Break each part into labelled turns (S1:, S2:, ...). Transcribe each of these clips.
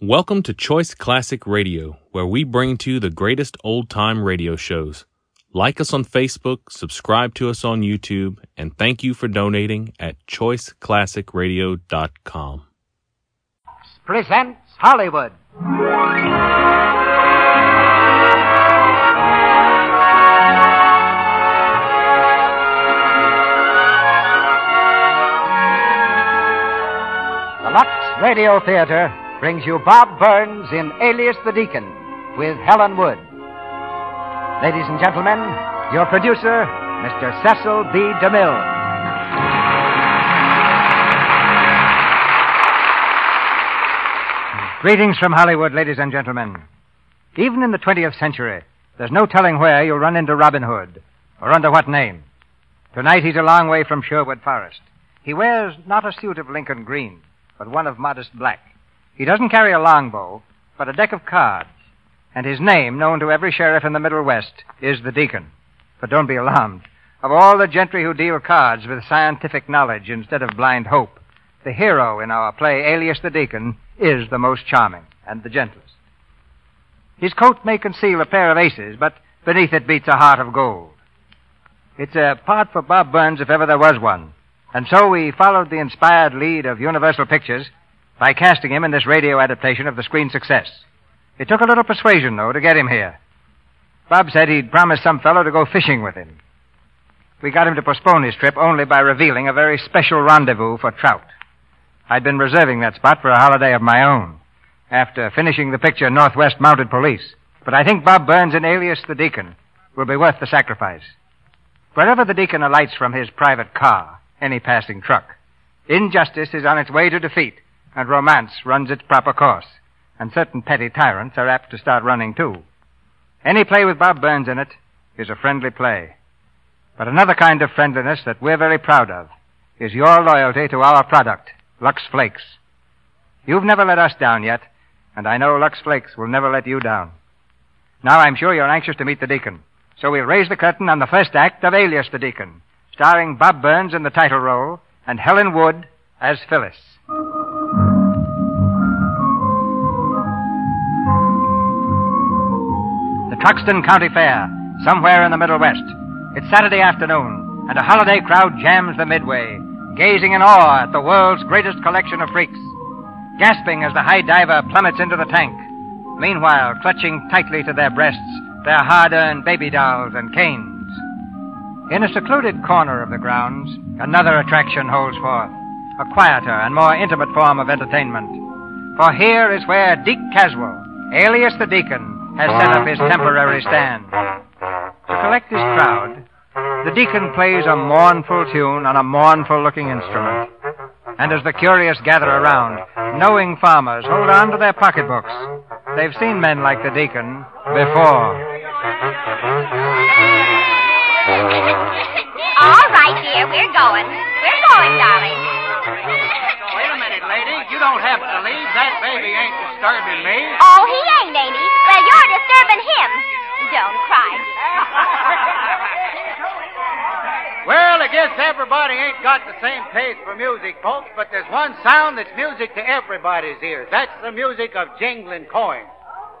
S1: Welcome to Choice Classic Radio, where we bring to you the greatest old time radio shows. Like us on Facebook, subscribe to us on YouTube, and thank you for donating at choiceclassicradio.com.
S2: presents Hollywood. The Lux Radio Theater brings you Bob Burns in Alias the Deacon with Helen Wood. Ladies and gentlemen, your producer, Mr. Cecil B. DeMille. Greetings from Hollywood, ladies and gentlemen. Even in the 20th century, there's no telling where you'll run into Robin Hood or under what name. Tonight he's a long way from Sherwood Forest. He wears not a suit of Lincoln green, but one of modest black. He doesn't carry a longbow, but a deck of cards. And his name, known to every sheriff in the Middle West, is the Deacon. But don't be alarmed. Of all the gentry who deal cards with scientific knowledge instead of blind hope, the hero in our play, Alias the Deacon, is the most charming and the gentlest. His coat may conceal a pair of aces, but beneath it beats a heart of gold. It's a part for Bob Burns if ever there was one. And so we followed the inspired lead of Universal Pictures by casting him in this radio adaptation of the screen success. It took a little persuasion, though, to get him here. Bob said he'd promised some fellow to go fishing with him. We got him to postpone his trip only by revealing a very special rendezvous for trout. I'd been reserving that spot for a holiday of my own after finishing the picture Northwest Mounted Police. But I think Bob Burns and alias the Deacon will be worth the sacrifice. Wherever the Deacon alights from his private car, any passing truck, injustice is on its way to defeat, and romance runs its proper course. And certain petty tyrants are apt to start running too. Any play with Bob Burns in it is a friendly play. But another kind of friendliness that we're very proud of is your loyalty to our product, Lux Flakes. You've never let us down yet, and I know Lux Flakes will never let you down. Now I'm sure you're anxious to meet the Deacon, so we'll raise the curtain on the first act of Alias the Deacon, starring Bob Burns in the title role and Helen Wood as Phyllis. The Truxton County Fair, somewhere in the Middle West. It's Saturday afternoon, and a holiday crowd jams the midway, gazing in awe at the world's greatest collection of freaks. Gasping as the high diver plummets into the tank. Meanwhile, clutching tightly to their breasts, their hard earned baby dolls and canes. In a secluded corner of the grounds, another attraction holds forth, a quieter and more intimate form of entertainment. For here is where Deke Caswell, alias the Deacon, has set up his temporary stand. To collect his crowd, the deacon plays a mournful tune on a mournful looking instrument. And as the curious gather around, knowing farmers hold on to their pocketbooks. They've seen men like the deacon before.
S3: All right, dear, we're going. We're going, darling.
S4: Wait a minute, lady. You don't have to leave. That baby ain't disturbing me.
S3: Oh, he ain't, ain't he? Well, you're disturbing him. Don't cry.
S4: Well, I guess everybody ain't got the same taste for music, folks, but there's one sound that's music to everybody's ears. That's the music of jingling coins.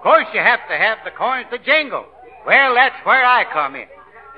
S4: Of course, you have to have the coins to jingle. Well, that's where I come in.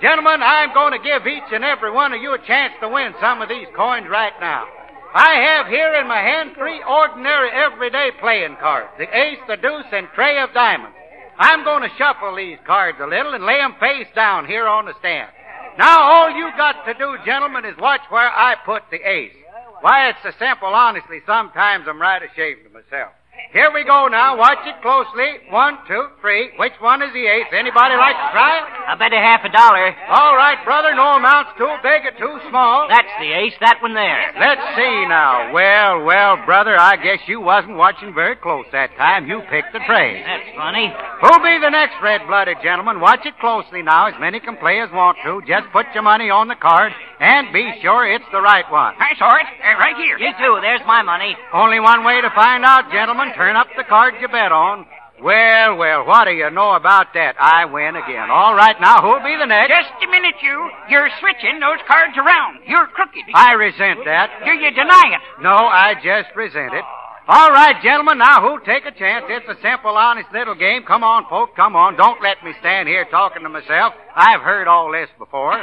S4: Gentlemen, I'm going to give each and every one of you a chance to win some of these coins right now. I have here in my hand three ordinary everyday playing cards the ace, the deuce, and tray of diamonds. I'm going to shuffle these cards a little and lay 'em face down here on the stand. Now, all you got to do, gentlemen, is watch where I put the ace. Why, it's so simple, honestly. Sometimes I'm right ashamed of myself. Here we go now. Watch it closely. One, two, three. Which one is the ace? Anybody like to try it?
S5: I bet a half a dollar.
S4: All right, brother. No amount's too big or too small.
S5: That's the ace, that one there.
S4: Let's see now. Well, well, brother, I guess you wasn't watching very close that time. You picked the trade.
S5: That's funny.
S4: Who'll be the next red-blooded gentleman? Watch it closely now. As many can play as want to. Just put your money on the card and be sure it's the right one.
S6: I saw it uh, right here.
S5: You too, there's my money.
S4: Only one way to find out, gentlemen. Turn up the card you bet on. Well, well, what do you know about that? I win again. All right, now, who'll be the next?
S6: Just a minute, you. You're switching those cards around. You're crooked.
S4: I resent that.
S6: Do you deny it?
S4: No, I just resent it. All right, gentlemen, now who'll take a chance? It's a simple, honest little game. Come on, folk, come on. Don't let me stand here talking to myself. I've heard all this before.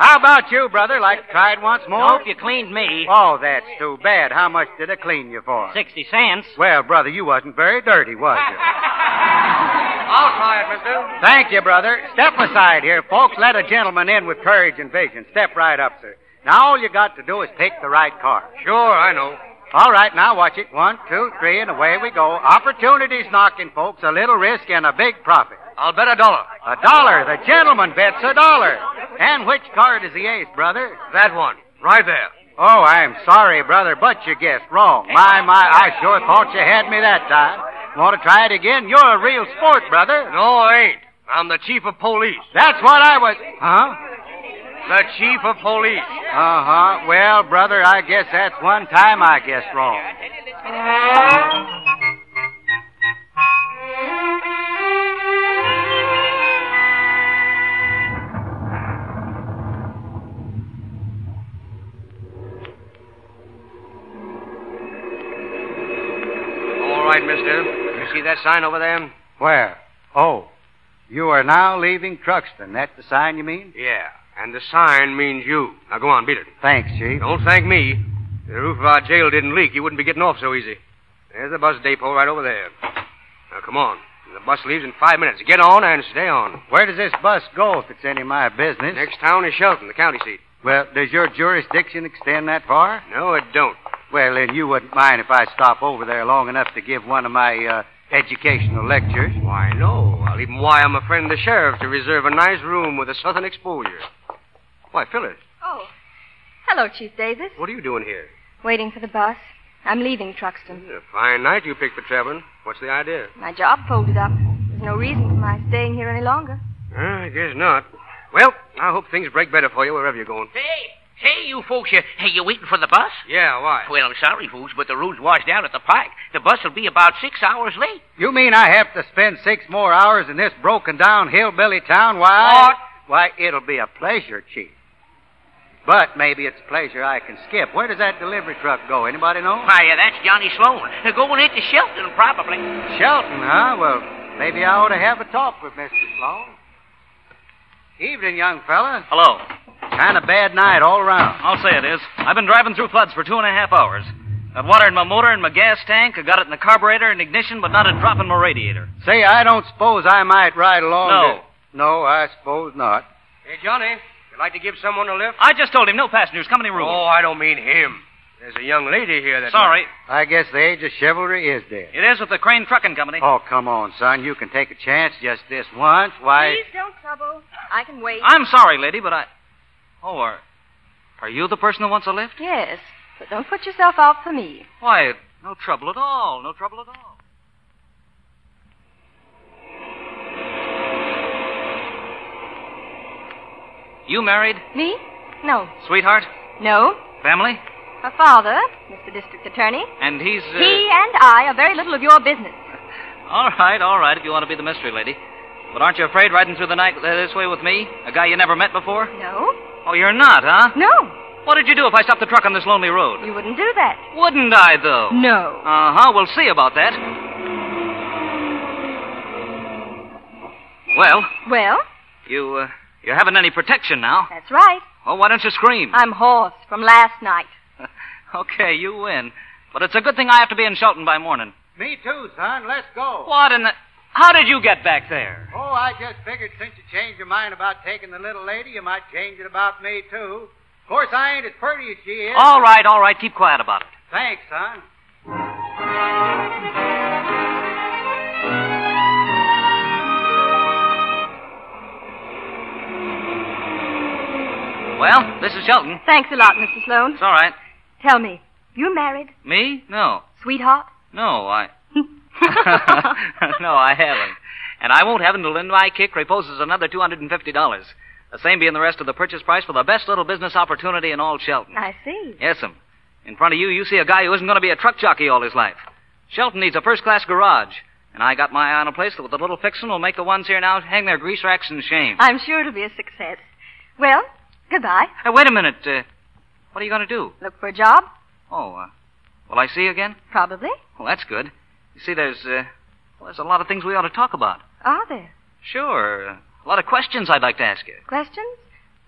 S4: How about you, brother? Like to try it once more?
S5: Nope, you cleaned me.
S4: Oh, that's too bad. How much did I clean you for?
S5: Sixty cents.
S4: Well, brother, you wasn't very dirty, was you?
S7: I'll try it, mister.
S4: Thank you, brother. Step aside here, folks. Let a gentleman in with courage and vision. Step right up, sir. Now all you got to do is pick the right car.
S7: Sure, I know.
S4: All right, now watch it. One, two, three, and away we go. Opportunities knocking, folks. A little risk and a big profit.
S7: I'll bet a dollar.
S4: A dollar. The gentleman bets a dollar. And which card is the ace, brother?
S7: That one. Right there.
S4: Oh, I'm sorry, brother, but you guessed wrong. My, my, I sure thought you had me that time. Want to try it again? You're a real sport, brother.
S7: No, I ain't. I'm the chief of police.
S4: That's what I was. Huh?
S7: The chief of police.
S4: Uh huh. Well, brother, I guess that's one time I guessed wrong.
S7: All right, mister. You see that sign over there?
S4: Where? Oh, you are now leaving Truxton. That's the sign you mean?
S7: Yeah. And the sign means you. Now go on, beat it.
S4: Thanks, Chief.
S7: Don't thank me. If the roof of our jail didn't leak, you wouldn't be getting off so easy. There's the bus depot right over there. Now come on. The bus leaves in five minutes. Get on and stay on.
S4: Where does this bus go if it's any of my business?
S7: Next town is Shelton, the county seat.
S4: Well, does your jurisdiction extend that far?
S7: No, it don't.
S4: Well, then you wouldn't mind if I stop over there long enough to give one of my uh, educational lectures.
S7: Why, no. I'll even wire my friend the sheriff to reserve a nice room with a southern exposure. Why, Phyllis,
S8: Oh. Hello, Chief Davis.
S7: what are you doing here?
S8: Waiting for the bus. I'm leaving Truxton.
S7: A fine night you picked for traveling. What's the idea?
S8: My job folded up. There's no reason for my staying here any longer.
S7: Uh, I guess not. Well, I hope things break better for you wherever you're going.
S5: Hey, hey, you folks, you, hey, you waiting for the bus?
S7: Yeah, why?
S5: Well, I'm sorry, folks, but the road's washed out at the park. The bus will be about six hours late.
S4: You mean I have to spend six more hours in this broken down hillbilly town? Why?
S7: What?
S4: Why, it'll be a pleasure, Chief. But maybe it's pleasure I can skip. Where does that delivery truck go? Anybody know?
S5: Why, uh, that's Johnny Sloan. They're going into Shelton, probably.
S4: Shelton, huh? Well, maybe I ought to have a talk with Mr. Sloan. Evening, young fella.
S9: Hello.
S4: Kind of bad night all around.
S9: I'll say it is. I've been driving through floods for two and a half hours. Got water in my motor and my gas tank. I got it in the carburetor and ignition, but not a drop in my radiator.
S4: Say, I don't suppose I might ride along.
S9: No.
S4: to- No, I suppose not.
S7: Hey, Johnny, you like to give someone a lift?
S9: I just told him no passengers, company rules.
S7: Oh, I don't mean him. There's a young lady here that.
S9: Sorry.
S4: I guess the age of chivalry is dead.
S9: It is with the Crane Trucking Company.
S4: Oh, come on, son. You can take a chance just this once. Why?
S8: Please don't trouble. I can wait.
S9: I'm sorry, lady, but I. Oh, are, are you the person who wants a lift?
S8: Yes, but don't put yourself out for me.
S9: Why, no trouble at all. No trouble at all. You married?
S8: Me? No.
S9: Sweetheart?
S8: No.
S9: Family?
S8: Her father, Mr. District Attorney.
S9: And he's. Uh...
S8: He and I are very little of your business.
S9: All right, all right, if you want to be the mystery lady. But aren't you afraid riding through the night uh, this way with me? A guy you never met before?
S8: No.
S9: Oh, you're not, huh?
S8: No.
S9: What did you do if I stopped the truck on this lonely road?
S8: You wouldn't do that.
S9: Wouldn't I, though?
S8: No.
S9: Uh huh, we'll see about that. Well,
S8: Well,
S9: you, uh, you haven't any protection now.
S8: that's right.
S9: Oh, why don't you scream?
S8: I'm hoarse from last night.
S9: okay, you win. But it's a good thing I have to be in Shelton by morning.
S4: Me too, son. Let's go.
S9: What in the. How did you get back there?
S4: Oh, I just figured since you changed your mind about taking the little lady, you might change it about me, too. Of course, I ain't as pretty as she is.
S9: All right, all right, keep quiet about it.
S4: Thanks, son.
S9: Well, this is Shelton.
S8: Thanks a lot, Mr. Sloan.
S9: It's all right.
S8: Tell me, you married,
S9: Me? No.
S8: sweetheart?
S9: No, I. no, I haven't. And I won't have until my kick reposes another $250. The same being the rest of the purchase price for the best little business opportunity in all Shelton.
S8: I see.
S9: Yes'm. In front of you, you see a guy who isn't going to be a truck jockey all his life. Shelton needs a first-class garage. And I got my eye on a place that with a little fixin' will make the ones here now hang their grease racks in shame.
S8: I'm sure it'll be a success. Well, goodbye.
S9: Hey, wait a minute. Uh, what are you going to do?
S8: Look for a job?
S9: Oh, uh, Will I see you again?
S7: Probably.
S9: Well, that's good. You see, there's, uh, well, there's a lot of things we ought to talk about.
S7: Are there?
S9: Sure. A lot of questions I'd like to ask you.
S7: Questions?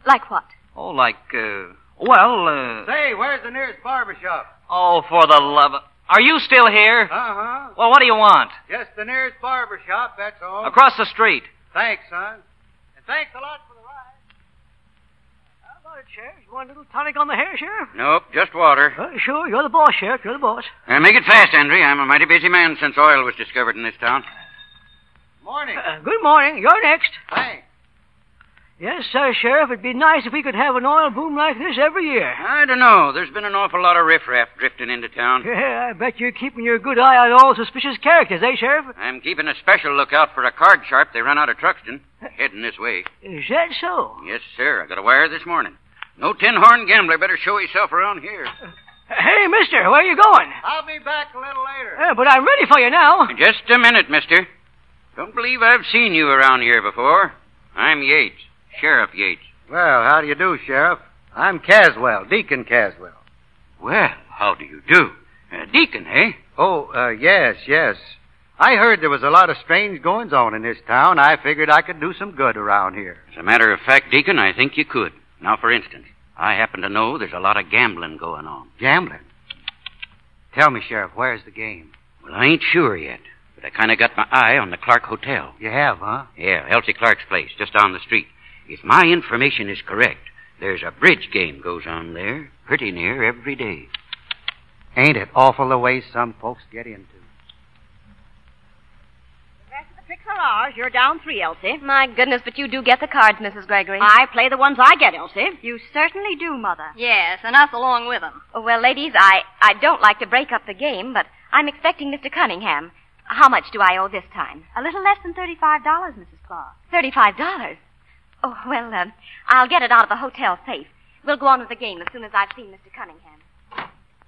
S7: Like what?
S9: Oh, like, uh, well, uh,
S4: Say, where's the nearest barber shop?
S9: oh, for the love of... Are you still here?
S4: Uh huh.
S9: Well, what do you want?
S4: Just the nearest barber shop, that's all.
S9: Across the street.
S4: Thanks, son. And thanks a lot for the ride.
S10: How about it, Sheriff? You want a little tonic on the hair, Sheriff?
S6: Nope, just water.
S10: Uh, sure, you're the boss, Sheriff. You're the boss.
S6: Uh, make it fast, Henry. I'm a mighty busy man since oil was discovered in this town.
S4: Morning.
S10: Uh, good morning. You're next.
S4: Thanks.
S10: Yes, sir, Sheriff. It'd be nice if we could have an oil boom like this every year.
S6: I don't know. There's been an awful lot of riffraff drifting into town.
S10: Yeah, I bet you're keeping your good eye on all suspicious characters, eh, Sheriff?
S6: I'm keeping a special lookout for a card sharp they run out of Truxton. Heading this way.
S10: Is that so?
S6: Yes, sir. I got a wire this morning. No tin horn gambler better show himself around here.
S10: Hey, mister, where are you going?
S4: I'll be back a little later.
S10: Uh, but I'm ready for you now.
S6: Just a minute, mister. Don't believe I've seen you around here before. I'm Yates, Sheriff Yates.
S4: Well, how do you do, Sheriff? I'm Caswell, Deacon Caswell.
S6: Well, how do you do? Uh, Deacon, eh?
S4: Oh, uh, yes, yes. I heard there was a lot of strange goings on in this town. I figured I could do some good around here.
S6: As a matter of fact, Deacon, I think you could. Now, for instance, I happen to know there's a lot of gambling going on.
S4: Gambling? Tell me, Sheriff, where's the game?
S6: Well, I ain't sure yet, but I kind of got my eye on the Clark Hotel.
S4: You have, huh?
S6: Yeah, Elsie Clark's place, just down the street. If my information is correct, there's a bridge game goes on there pretty near every day.
S4: Ain't it awful the way some folks get into?
S3: The rest of the tricks are ours. You're down three, Elsie.
S11: My goodness, but you do get the cards, Mrs. Gregory.
S3: I play the ones I get, Elsie.
S7: You certainly do, Mother.
S11: Yes, and us along with them.
S3: Oh, well, ladies, I, I don't like to break up the game, but I'm expecting Mr. Cunningham. How much do I owe this time?
S7: A little less than $35, Mrs. Claus.
S3: Thirty-five dollars. Oh, well, um, I'll get it out of the hotel safe. We'll go on with the game as soon as I've seen Mr. Cunningham.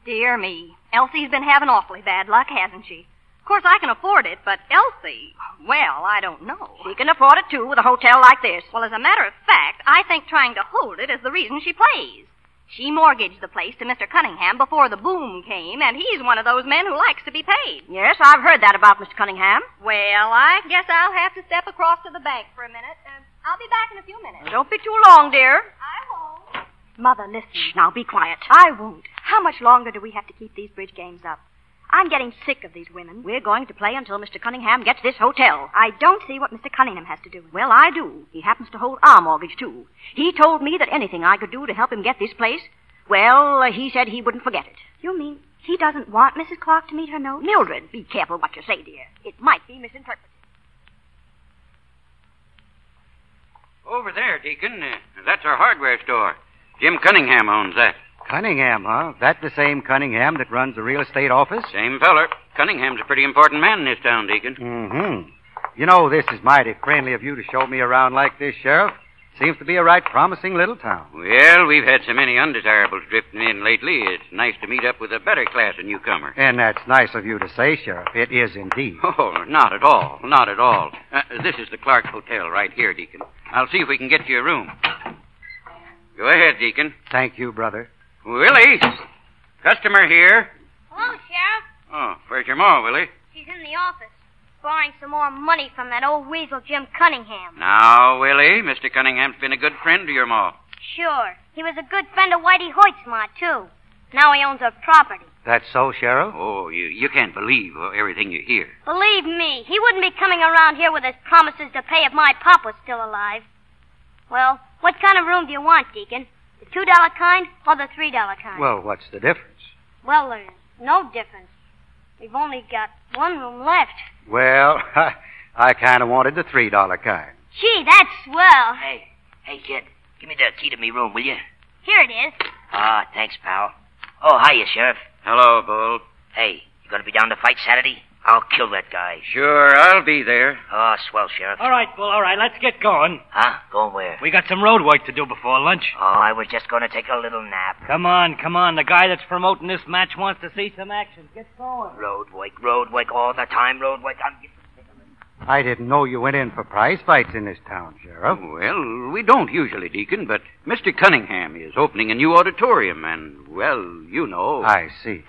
S11: Dear me. Elsie's been having awfully bad luck, hasn't she? Of course, I can afford it, but Elsie, well, I don't know.
S3: She can afford it, too, with a hotel like this.
S11: Well, as a matter of fact, I think trying to hold it is the reason she plays. She mortgaged the place to Mr. Cunningham before the boom came, and he's one of those men who likes to be paid.
S3: Yes, I've heard that about Mr. Cunningham.
S11: Well, I guess I'll have to step across to the bank for a minute. Uh, I'll be back in a few minutes.
S3: Don't be too long, dear.
S11: I won't.
S3: Mother, listen.
S11: Shh, now be quiet.
S3: I won't. How much longer do we have to keep these bridge games up? I'm getting sick of these women.
S11: We're going to play until Mr. Cunningham gets this hotel.
S3: I don't see what Mr. Cunningham has to do with it.
S11: Well, I do. He happens to hold our mortgage, too. He told me that anything I could do to help him get this place, well, uh, he said he wouldn't forget it.
S3: You mean he doesn't want Mrs. Clark to meet her note?
S11: Mildred, be careful what you say, dear. It might be misinterpreted.
S6: Over there, Deacon. Uh, that's our hardware store. Jim Cunningham owns that.
S4: Cunningham, huh? That the same Cunningham that runs the real estate office?
S6: Same feller. Cunningham's a pretty important man in this town, Deacon.
S4: Mm-hmm. You know, this is mighty friendly of you to show me around like this, Sheriff. Seems to be a right promising little town.
S6: Well, we've had so many undesirables drifting in lately, it's nice to meet up with a better class of newcomer.
S4: And that's nice of you to say, Sheriff. It is indeed.
S6: Oh, not at all. Not at all. Uh, this is the Clark Hotel right here, Deacon. I'll see if we can get you a room. Go ahead, Deacon.
S4: Thank you, brother.
S6: Willie! Customer here.
S11: Hello, Sheriff.
S6: Oh, where's your ma, Willie?
S11: She's in the office, borrowing some more money from that old weasel, Jim Cunningham.
S6: Now, Willie, Mr. Cunningham's been a good friend to your ma.
S11: Sure. He was a good friend of Whitey Hoyt's too. Now he owns her property.
S4: That's so, Sheriff?
S6: Oh, you, you can't believe uh, everything you hear.
S11: Believe me, he wouldn't be coming around here with his promises to pay if my pop was still alive. Well, what kind of room do you want, Deacon? The two dollar kind or the three dollar kind?
S4: Well, what's the difference?
S11: Well, there's no difference. We've only got one room left.
S4: Well, I, I kind of wanted the $3 kind.
S11: Gee, that's swell.
S6: Hey, hey, kid. Give me the key to me room, will you?
S11: Here it is.
S6: Ah, thanks, pal. Oh, hiya, Sheriff. Hello, Bull. Hey, you gonna be down to fight Saturday? I'll kill that guy. Sure, I'll be there. Oh, swell, Sheriff.
S10: All right, Bull, all right. Let's get going.
S6: Huh? Going where?
S10: We got some road work to do before lunch.
S6: Oh, I was just gonna take a little nap.
S10: Come on, come on. The guy that's promoting this match wants to see some action. Get going.
S6: Road work, road work all the time, road work. I'm getting sick of it.
S4: I didn't know you went in for prize fights in this town, Sheriff.
S6: Well, we don't usually, Deacon, but Mr. Cunningham is opening a new auditorium, and, well, you know.
S4: I see.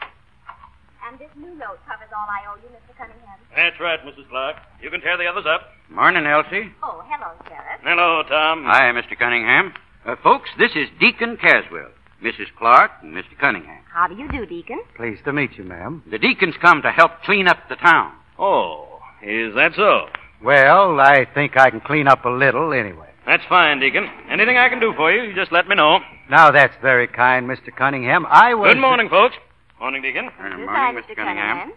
S3: And this new note covers all I owe you, Mr. Cunningham.
S12: That's right, Mrs. Clark. You can tear the others up.
S4: Morning, Elsie.
S3: Oh, hello, Sheriff.
S12: Hello, Tom.
S4: Hi, Mr. Cunningham. Uh, folks, this is Deacon Caswell, Mrs. Clark, and Mr. Cunningham.
S3: How do you do, Deacon?
S4: Pleased to meet you, ma'am. The deacon's come to help clean up the town.
S12: Oh, is that so?
S4: Well, I think I can clean up a little anyway.
S12: That's fine, Deacon. Anything I can do for you, you just let me know.
S4: Now, that's very kind, Mr. Cunningham. I was.
S12: Good morning, folks. Morning, Deacon.
S4: Goodbye, morning, Mr. Mr. Cunningham.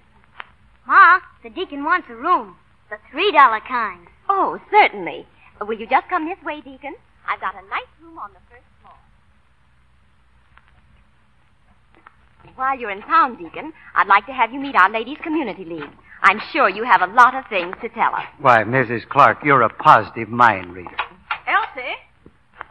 S11: Ma, the deacon wants a room. The three dollar kind.
S3: Oh, certainly. Will you just come this way, Deacon? I've got a nice room on the first floor. While you're in town, Deacon, I'd like to have you meet our Ladies Community League. I'm sure you have a lot of things to tell us.
S4: Why, Mrs. Clark, you're a positive mind reader.
S3: Elsie?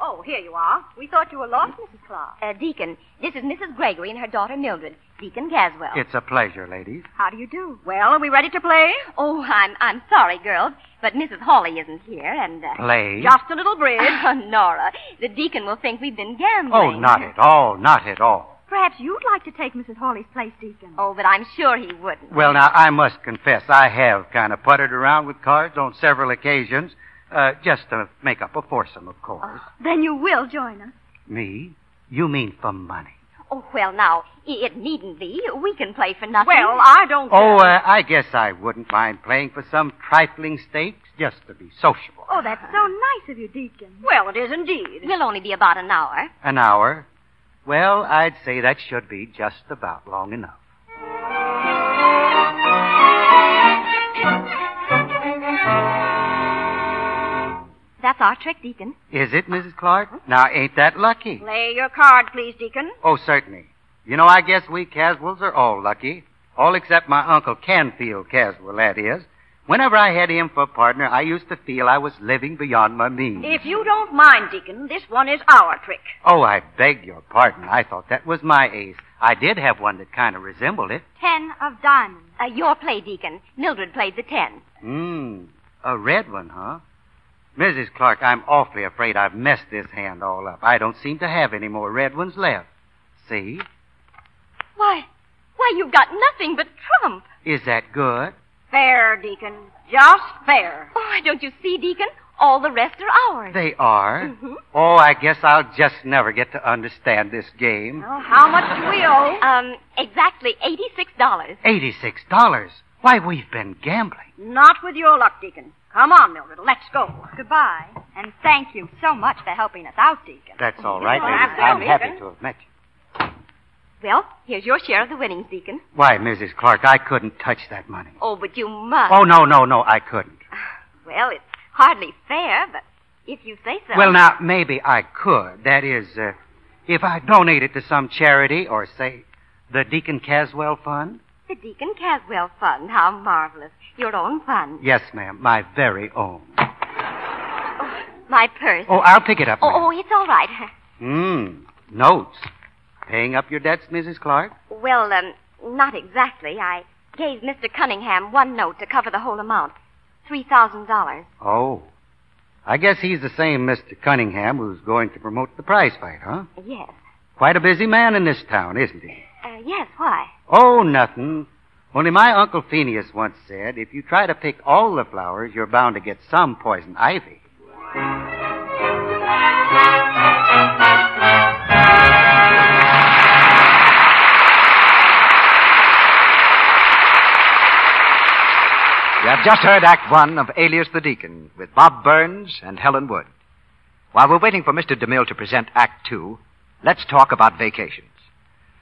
S3: Oh, here you are. We thought you were lost, Mrs. Clark. Uh, Deacon, this is Mrs. Gregory and her daughter Mildred. Deacon Caswell.
S4: It's a pleasure, ladies.
S3: How do you do? Well, are we ready to play? Oh, I'm I'm sorry, girls, but Mrs. Hawley isn't here, and uh,
S4: Play?
S3: a little bridge, Nora. The deacon will think we've been gambling.
S4: Oh, not at all, not at all.
S3: Perhaps you'd like to take Mrs. Hawley's place, Deacon. Oh, but I'm sure he wouldn't.
S4: Well, now, I must confess, I have kind of puttered around with cards on several occasions, uh, just to make up a foursome, of course.
S3: Then you will join us.
S4: Me? You mean for money?
S3: Oh, well, now, i- it needn't be. We can play for nothing.
S13: Well, I don't.
S4: Oh, uh, I guess I wouldn't mind playing for some trifling stakes just to be sociable.
S3: Oh, that's so nice of you, Deacon. Well, it is indeed. We'll only be about an hour.
S4: An hour? Well, I'd say that should be just about long enough.
S3: That's our trick, Deacon.
S4: Is it, Mrs. Clark? Now, ain't that lucky?
S3: Lay your card, please, Deacon.
S4: Oh, certainly. You know, I guess we Caswells are all lucky. All except my uncle Canfield Caswell, that is. Whenever I had him for a partner, I used to feel I was living beyond my means.
S13: If you don't mind, Deacon, this one is our trick.
S4: Oh, I beg your pardon. I thought that was my ace. I did have one that kind of resembled it.
S3: Ten of diamonds. Uh, your play, Deacon. Mildred played the ten.
S4: Hmm. A red one, huh? Mrs. Clark, I'm awfully afraid I've messed this hand all up. I don't seem to have any more red ones left. See?
S3: Why, why, you've got nothing but trump.
S4: Is that good?
S3: Fair, Deacon. Just fair. Oh, don't you see, Deacon? All the rest are ours.
S4: They are.
S3: Mhm.
S4: Oh, I guess I'll just never get to understand this game.
S3: how much do we owe? Um, exactly eighty-six dollars.
S4: Eighty-six dollars. Why, we've been gambling.
S13: Not with your luck, Deacon. Come on, Mildred. Let's go.
S3: Goodbye, and thank you so much for helping us out, Deacon.
S4: That's all right,
S3: Well,
S4: ladies. I'm
S3: absolutely.
S4: happy to have met you.
S3: Well, here's your share of the winnings, Deacon.
S4: Why, Mrs. Clark, I couldn't touch that money.
S3: Oh, but you must.
S4: Oh, no, no, no, I couldn't.
S3: Well, it's hardly fair, but if you say so.
S4: Well, now, maybe I could. That is, uh, if I donate it to some charity or, say, the Deacon Caswell Fund.
S3: The Deacon Caswell Fund. How marvelous. Your own fund.
S4: Yes, ma'am, my very own.
S3: My purse.
S4: Oh, I'll pick it up.
S3: Oh, oh, it's all right.
S4: Hmm. Notes. Paying up your debts, Mrs. Clark?
S3: Well, um, not exactly. I gave Mr. Cunningham one note to cover the whole amount. Three thousand dollars.
S4: Oh. I guess he's the same Mr. Cunningham who's going to promote the prize fight, huh?
S3: Yes.
S4: Quite a busy man in this town, isn't he?
S3: Uh, yes, why?
S4: Oh, nothing. Only my Uncle Phineas once said if you try to pick all the flowers, you're bound to get some poison ivy.
S14: You have just heard Act One of Alias the Deacon with Bob Burns and Helen Wood. While we're waiting for Mr. DeMille to present Act Two, let's talk about vacations.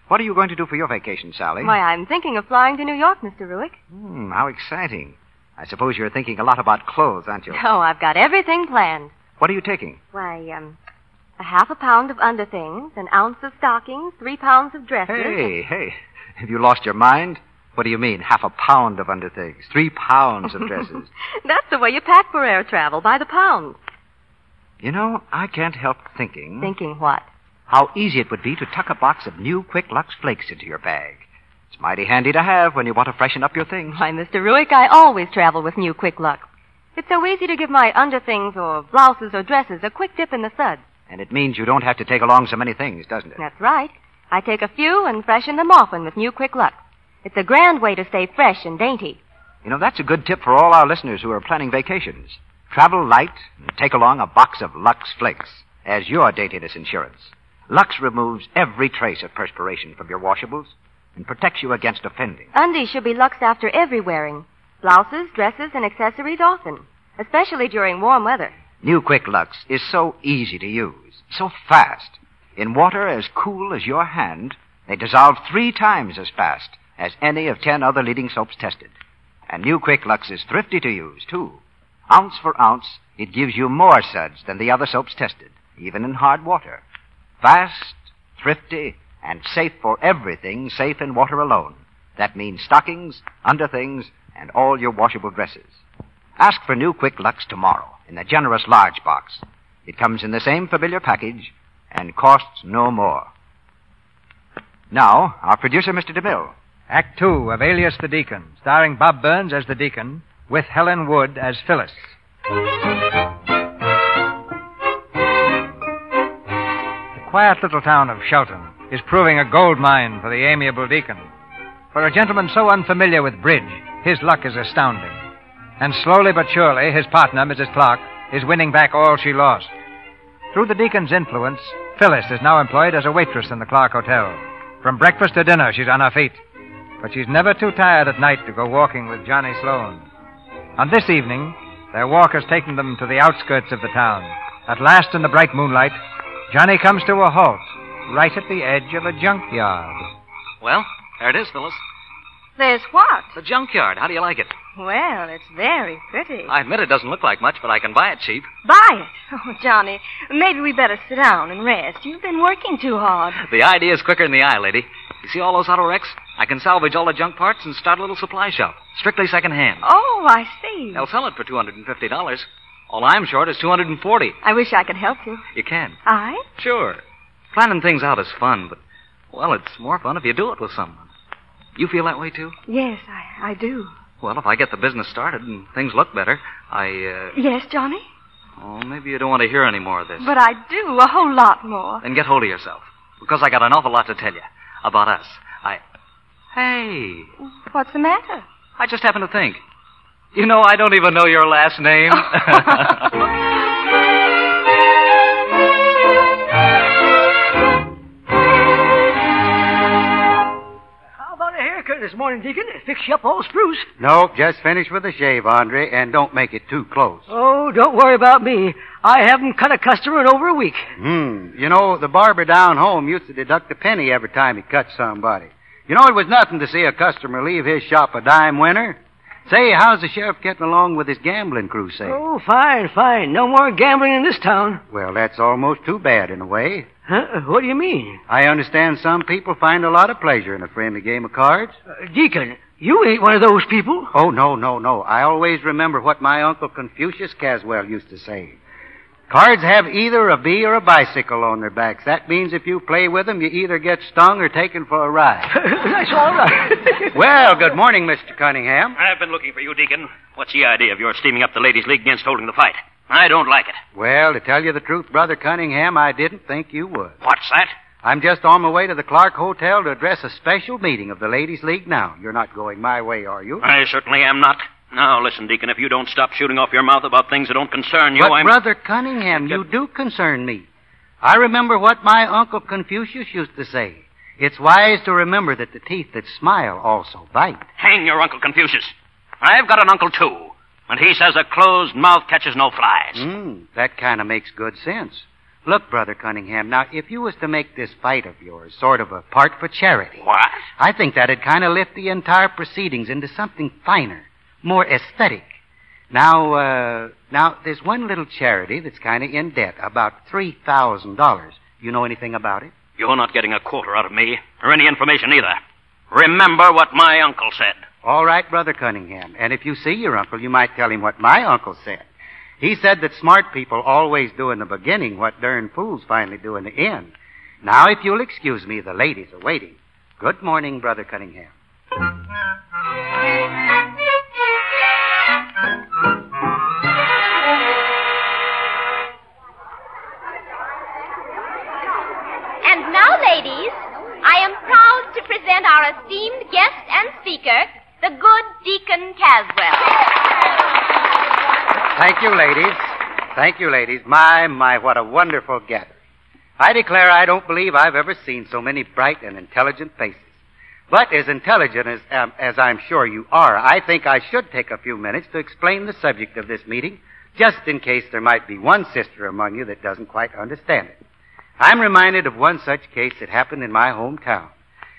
S14: What are you going to do for your vacation, Sally?
S15: Why, I'm thinking of flying to New York, Mr. Ruick.
S14: Hmm, how exciting. I suppose you're thinking a lot about clothes, aren't you?
S15: No, I've got everything planned.
S14: What are you taking?
S15: Why, um, a half a pound of underthings, an ounce of stockings, three pounds of dresses.
S14: Hey, hey. Have you lost your mind? What do you mean, half a pound of underthings? Three pounds of dresses.
S15: That's the way you pack for air travel, by the pound.
S14: you know, I can't help thinking.
S15: Thinking what?
S14: how easy it would be to tuck a box of new Quick Lux Flakes into your bag. It's mighty handy to have when you want to freshen up your things.
S15: Why, Mr. Ruick, I always travel with new Quick Luck. It's so easy to give my underthings or blouses or dresses a quick dip in the suds.
S14: And it means you don't have to take along so many things, doesn't it?
S15: That's right. I take a few and freshen them often with new Quick Luck. It's a grand way to stay fresh and dainty.
S14: You know, that's a good tip for all our listeners who are planning vacations. Travel light and take along a box of Lux Flakes as your daintiness insurance. Lux removes every trace of perspiration from your washables and protects you against offending.
S15: Undies should be luxed after every wearing. Blouses, dresses, and accessories often, especially during warm weather.
S14: New Quick Lux is so easy to use, so fast. In water as cool as your hand, they dissolve three times as fast as any of ten other leading soaps tested. And New Quick Lux is thrifty to use, too. Ounce for ounce, it gives you more suds than the other soaps tested, even in hard water. Fast, thrifty, and safe for everything safe in water alone. That means stockings, underthings, and all your washable dresses. Ask for new Quick Lux tomorrow in the generous large box. It comes in the same familiar package and costs no more. Now, our producer, Mr. DeMille.
S2: Act two of Alias the Deacon, starring Bob Burns as the deacon, with Helen Wood as Phyllis. The quiet little town of Shelton is proving a gold mine for the amiable deacon. For a gentleman so unfamiliar with bridge, his luck is astounding. And slowly but surely, his partner, Mrs. Clark, is winning back all she lost. Through the deacon's influence, Phyllis is now employed as a waitress in the Clark Hotel. From breakfast to dinner, she's on her feet. But she's never too tired at night to go walking with Johnny Sloan. On this evening, their walk has taken them to the outskirts of the town. At last, in the bright moonlight, Johnny comes to a halt right at the edge of a junkyard.
S9: Well, there it is, Phyllis.
S8: There's what?
S9: The junkyard. How do you like it?
S8: Well, it's very pretty.
S9: I admit it doesn't look like much, but I can buy it cheap.
S8: Buy it. Oh, Johnny, maybe we better sit down and rest. You've been working too hard.
S9: The idea is quicker than the eye, lady. You see all those auto wrecks? I can salvage all the junk parts and start a little supply shop, strictly secondhand.
S8: Oh, I see.
S9: They'll sell it for two hundred and fifty dollars. All I'm short is two hundred and forty.
S8: I wish I could help you.
S9: You can.
S8: I?
S9: Sure. Planning things out is fun, but well, it's more fun if you do it with someone. You feel that way too?
S8: Yes, I, I do.
S9: Well, if I get the business started and things look better, I uh,
S8: Yes, Johnny?
S9: oh, maybe you don't want to hear any more of this.
S8: But I do a whole lot more.
S9: Then get hold of yourself, because I got an awful lot to tell you about us. I Hey,
S8: What's the matter?
S9: I just happened to think. You know, I don't even know your last name.
S10: How about a haircut this morning, Deacon? It fixed you up all spruce.
S4: Nope, just finish with a shave, Andre, and don't make it too close.
S10: Oh, don't worry about me. I haven't cut a customer in over a week.
S4: Hmm. You know, the barber down home used to deduct a penny every time he cut somebody. You know, it was nothing to see a customer leave his shop a dime winner. Say, how's the sheriff getting along with his gambling crusade?
S10: Oh, fine, fine. No more gambling in this town.
S4: Well, that's almost too bad in a way.
S10: Huh? What do you mean?
S4: I understand some people find a lot of pleasure in a friendly game of cards.
S10: Uh, Deacon, you ain't one of those people.
S4: Oh, no, no, no. I always remember what my uncle Confucius Caswell used to say. Cards have either a bee or a bicycle on their backs. That means if you play with them, you either get stung or taken for a ride.
S10: That's all right.
S4: well, good morning, Mr. Cunningham.
S12: I've been looking for you, Deacon. What's the idea of your steaming up the ladies' league against holding the fight? I don't like it.
S4: Well, to tell you the truth, Brother Cunningham, I didn't think you would.
S12: What's that?
S4: I'm just on my way to the Clark Hotel to address a special meeting of the Ladies' League now. You're not going my way, are you?
S12: I certainly am not. Now, listen, Deacon, if you don't stop shooting off your mouth about things that don't concern you,
S4: but,
S12: I'm.
S4: Brother Cunningham, you do concern me. I remember what my Uncle Confucius used to say. It's wise to remember that the teeth that smile also bite.
S12: Hang your Uncle Confucius. I've got an uncle, too. And he says a closed mouth catches no flies.
S4: Mm, that kind of makes good sense. Look, Brother Cunningham, now, if you was to make this fight of yours sort of a part for charity,
S12: What?
S4: I think that'd kind of lift the entire proceedings into something finer, more aesthetic. Now, uh, now, there's one little charity that's kind of in debt, about $3,000. You know anything about it?
S12: You're not getting a quarter out of me, or any information either. Remember what my uncle said.
S4: All right, Brother Cunningham. And if you see your uncle, you might tell him what my uncle said. He said that smart people always do in the beginning what darn fools finally do in the end. Now, if you'll excuse me, the ladies are waiting. Good morning, Brother Cunningham.
S16: And now, ladies, I am proud to present our esteemed guest and
S3: Caswell.
S4: Thank you, ladies. Thank you, ladies. My, my, what a wonderful gathering. I declare I don't believe I've ever seen so many bright and intelligent faces. But as intelligent as, um, as I'm sure you are, I think I should take a few minutes to explain the subject of this meeting, just in case there might be one sister among you that doesn't quite understand it. I'm reminded of one such case that happened in my hometown.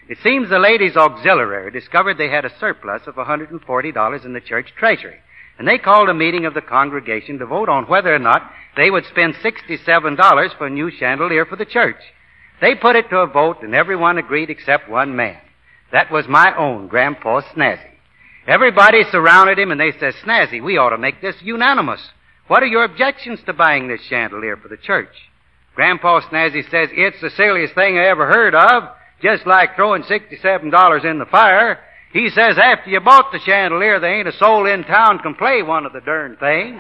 S4: It seems the ladies' auxiliary discovered they had a surplus of $140 in the church treasury, and they called a meeting of the congregation to vote on whether or not they would spend $67 for a new chandelier for the church. They put it to a vote, and everyone agreed except one man. That was my own Grandpa Snazzy. Everybody surrounded him, and they said, Snazzy, we ought to make this unanimous. What are your objections to buying this chandelier for the church? Grandpa Snazzy says, It's the silliest thing I ever heard of, just like throwing $67 in the fire. He says, After you bought the chandelier, there ain't a soul in town can play one of the darn things.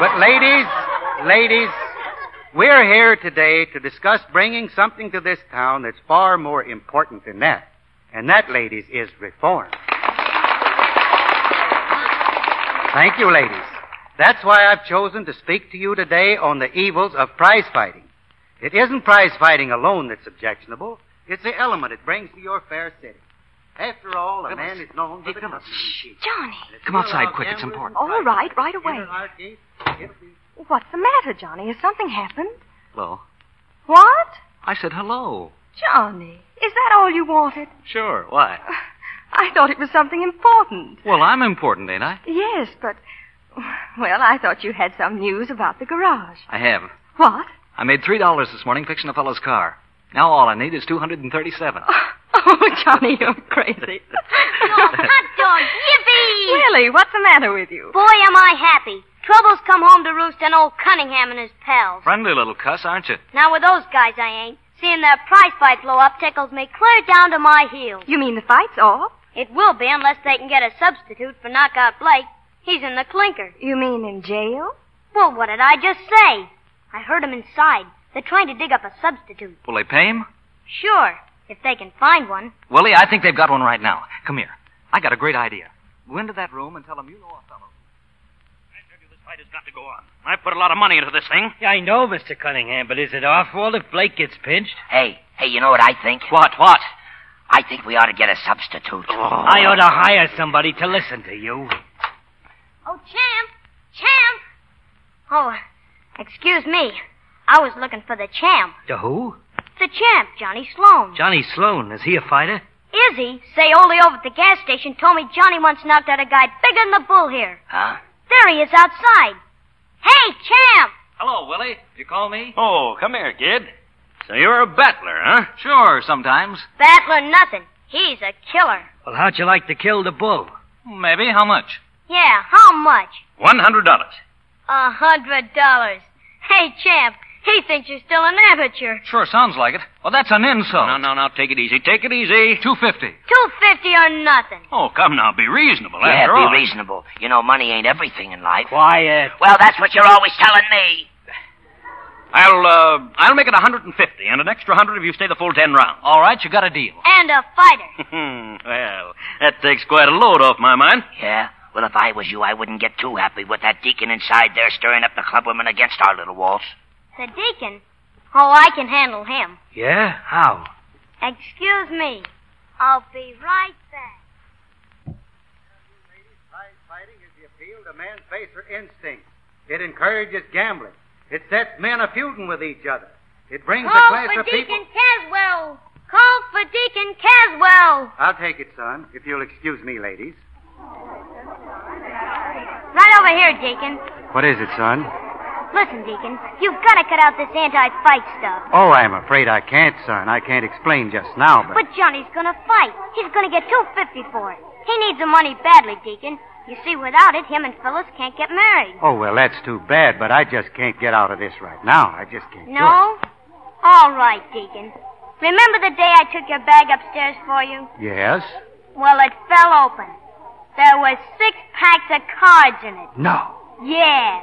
S4: but, ladies, ladies, we're here today to discuss bringing something to this town that's far more important than that. And that, ladies, is reform. Thank you, ladies. That's why I've chosen to speak to you today on the evils of prize fighting. It isn't prize fighting alone that's objectionable. It's the element it brings to your fair city. After all, a
S6: Come
S4: man
S6: on.
S4: is known
S6: Hey,
S4: for the
S6: come on.
S4: company he keeps.
S8: Johnny.
S4: Come outside quick, it's important.
S8: All right, right away. What's the matter, Johnny? Has something happened?
S9: Hello.
S8: What?
S9: I said hello.
S8: Johnny, is that all you wanted?
S9: Sure. Why?
S8: I thought it was something important.
S9: Well, I'm important, ain't I?
S8: Yes, but. Well, I thought you had some news about the garage.
S9: I have.
S8: What?
S9: I made three dollars this morning fixing a fellow's car. Now all I need is two hundred and thirty-seven.
S8: Oh, Johnny, you're crazy.
S11: Hot dog, yippee!
S8: Really, what's the matter with you?
S11: Boy, am I happy. Trouble's come home to roost on old Cunningham and his pals.
S9: Friendly little cuss, aren't you?
S11: Now, with those guys, I ain't. Seeing their prize fight blow up tickles me clear down to my heels.
S8: You mean the fight's off?
S11: It will be unless they can get a substitute for Knockout Blake. He's in the clinker.
S8: You mean in jail?
S11: Well, what did I just say? I heard 'em inside. They're trying to dig up a substitute.
S9: Will they pay him?
S11: Sure, if they can find one.
S9: Willie, I think they've got one right now. Come here. I got a great idea. Go into that room and tell them you know a fellow.
S12: This fight has got to go on. I put a lot of money into this thing.
S16: I know, Mr. Cunningham, but is it awful if Blake gets pinched?
S6: Hey, hey, you know what I think?
S16: What, what? Oh.
S6: I think we ought to get a substitute.
S16: I ought to hire somebody to listen to you.
S11: Oh, champ! Champ! Oh, excuse me. I was looking for the champ.
S16: To who?
S11: The champ, Johnny Sloan.
S16: Johnny Sloan. Is he a fighter?
S11: Izzy, Sayoli over at the gas station told me Johnny once knocked out a guy bigger than the bull here.
S6: Huh?
S11: There he is outside. Hey, champ!
S9: Hello, Willie. Did you call me?
S12: Oh, come here, kid. So you're a battler, huh?
S9: Sure, sometimes.
S11: Battler nothing. He's a killer.
S16: Well, how'd you like to kill the bull?
S9: Maybe. How much?
S11: Yeah, how much?
S12: One hundred dollars.
S11: A hundred dollars. Hey, champ, he thinks you're still an amateur.
S9: Sure, sounds like it. Well, that's an insult.
S12: No, no, no. Take it easy. Take it easy.
S9: Two fifty.
S11: Two fifty or nothing.
S12: Oh, come now. Be reasonable.
S6: Yeah,
S12: after
S6: be
S12: all.
S6: reasonable. You know, money ain't everything in life.
S16: Quiet.
S6: Well, that's what you're always telling me.
S12: I'll uh, I'll make it a hundred and fifty, and an extra hundred if you stay the full ten rounds.
S9: All right, you got a deal.
S11: And a fighter.
S12: well, that takes quite a load off my mind.
S6: Yeah? Well, if I was you, I wouldn't get too happy with that deacon inside there stirring up the club women against our little waltz.
S11: The deacon? Oh, I can handle him.
S16: Yeah? How?
S11: Excuse me. I'll be right back.
S4: Prize fighting is the appeal to man's baser instincts. It encourages gambling. It sets men a feuding with each other. It brings a
S11: Call
S4: class
S11: for
S4: of people.
S11: Deacon Caswell. Call for Deacon Caswell.
S4: I'll take it, son, if you'll excuse me, ladies.
S11: Right over here, Deacon.
S4: What is it, son?
S11: Listen, Deacon, you've got to cut out this anti-fight stuff.
S4: Oh, I'm afraid I can't, son. I can't explain just now, but.
S11: But Johnny's going to fight. He's going to get two fifty for it. He needs the money badly, Deacon. You see, without it, him and Phyllis can't get married.
S4: Oh, well, that's too bad, but I just can't get out of this right now. I just can't. do it.
S11: No? All right, Deacon. Remember the day I took your bag upstairs for you?
S4: Yes?
S11: Well, it fell open. There were six packs of cards in it.
S4: No.
S11: Yeah.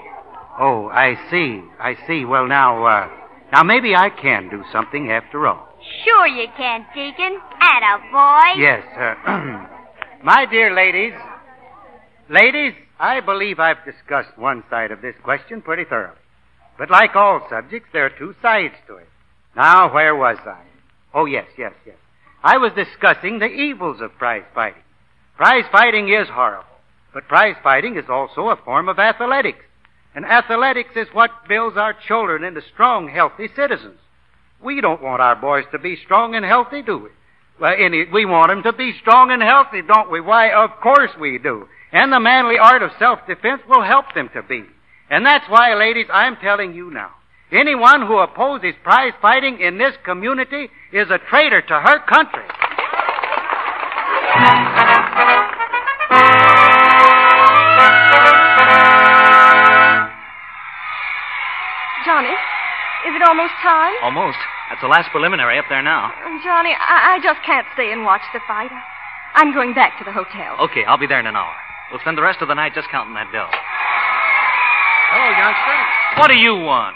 S4: Oh, I see. I see. Well, now, uh, now maybe I can do something after all.
S11: Sure you can, Deacon. Atta boy.
S4: Yes, uh, my dear ladies, Ladies, I believe I've discussed one side of this question pretty thoroughly. But like all subjects, there are two sides to it. Now, where was I? Oh, yes, yes, yes. I was discussing the evils of prize fighting. Prize fighting is horrible, but prize fighting is also a form of athletics. And athletics is what builds our children into strong, healthy citizens. We don't want our boys to be strong and healthy, do we? Well, any, we want them to be strong and healthy, don't we? Why, of course we do. And the manly art of self-defense will help them to be. And that's why, ladies, I'm telling you now. Anyone who opposes prize fighting in this community is a traitor to her country.
S8: Johnny, is it almost time?
S9: Almost. That's the last preliminary up there now.
S8: Johnny, I, I just can't stay and watch the fight. I'm going back to the hotel.
S9: Okay, I'll be there in an hour. We'll spend the rest of the night just counting that bill.
S7: Hello, youngster.
S9: What do you want?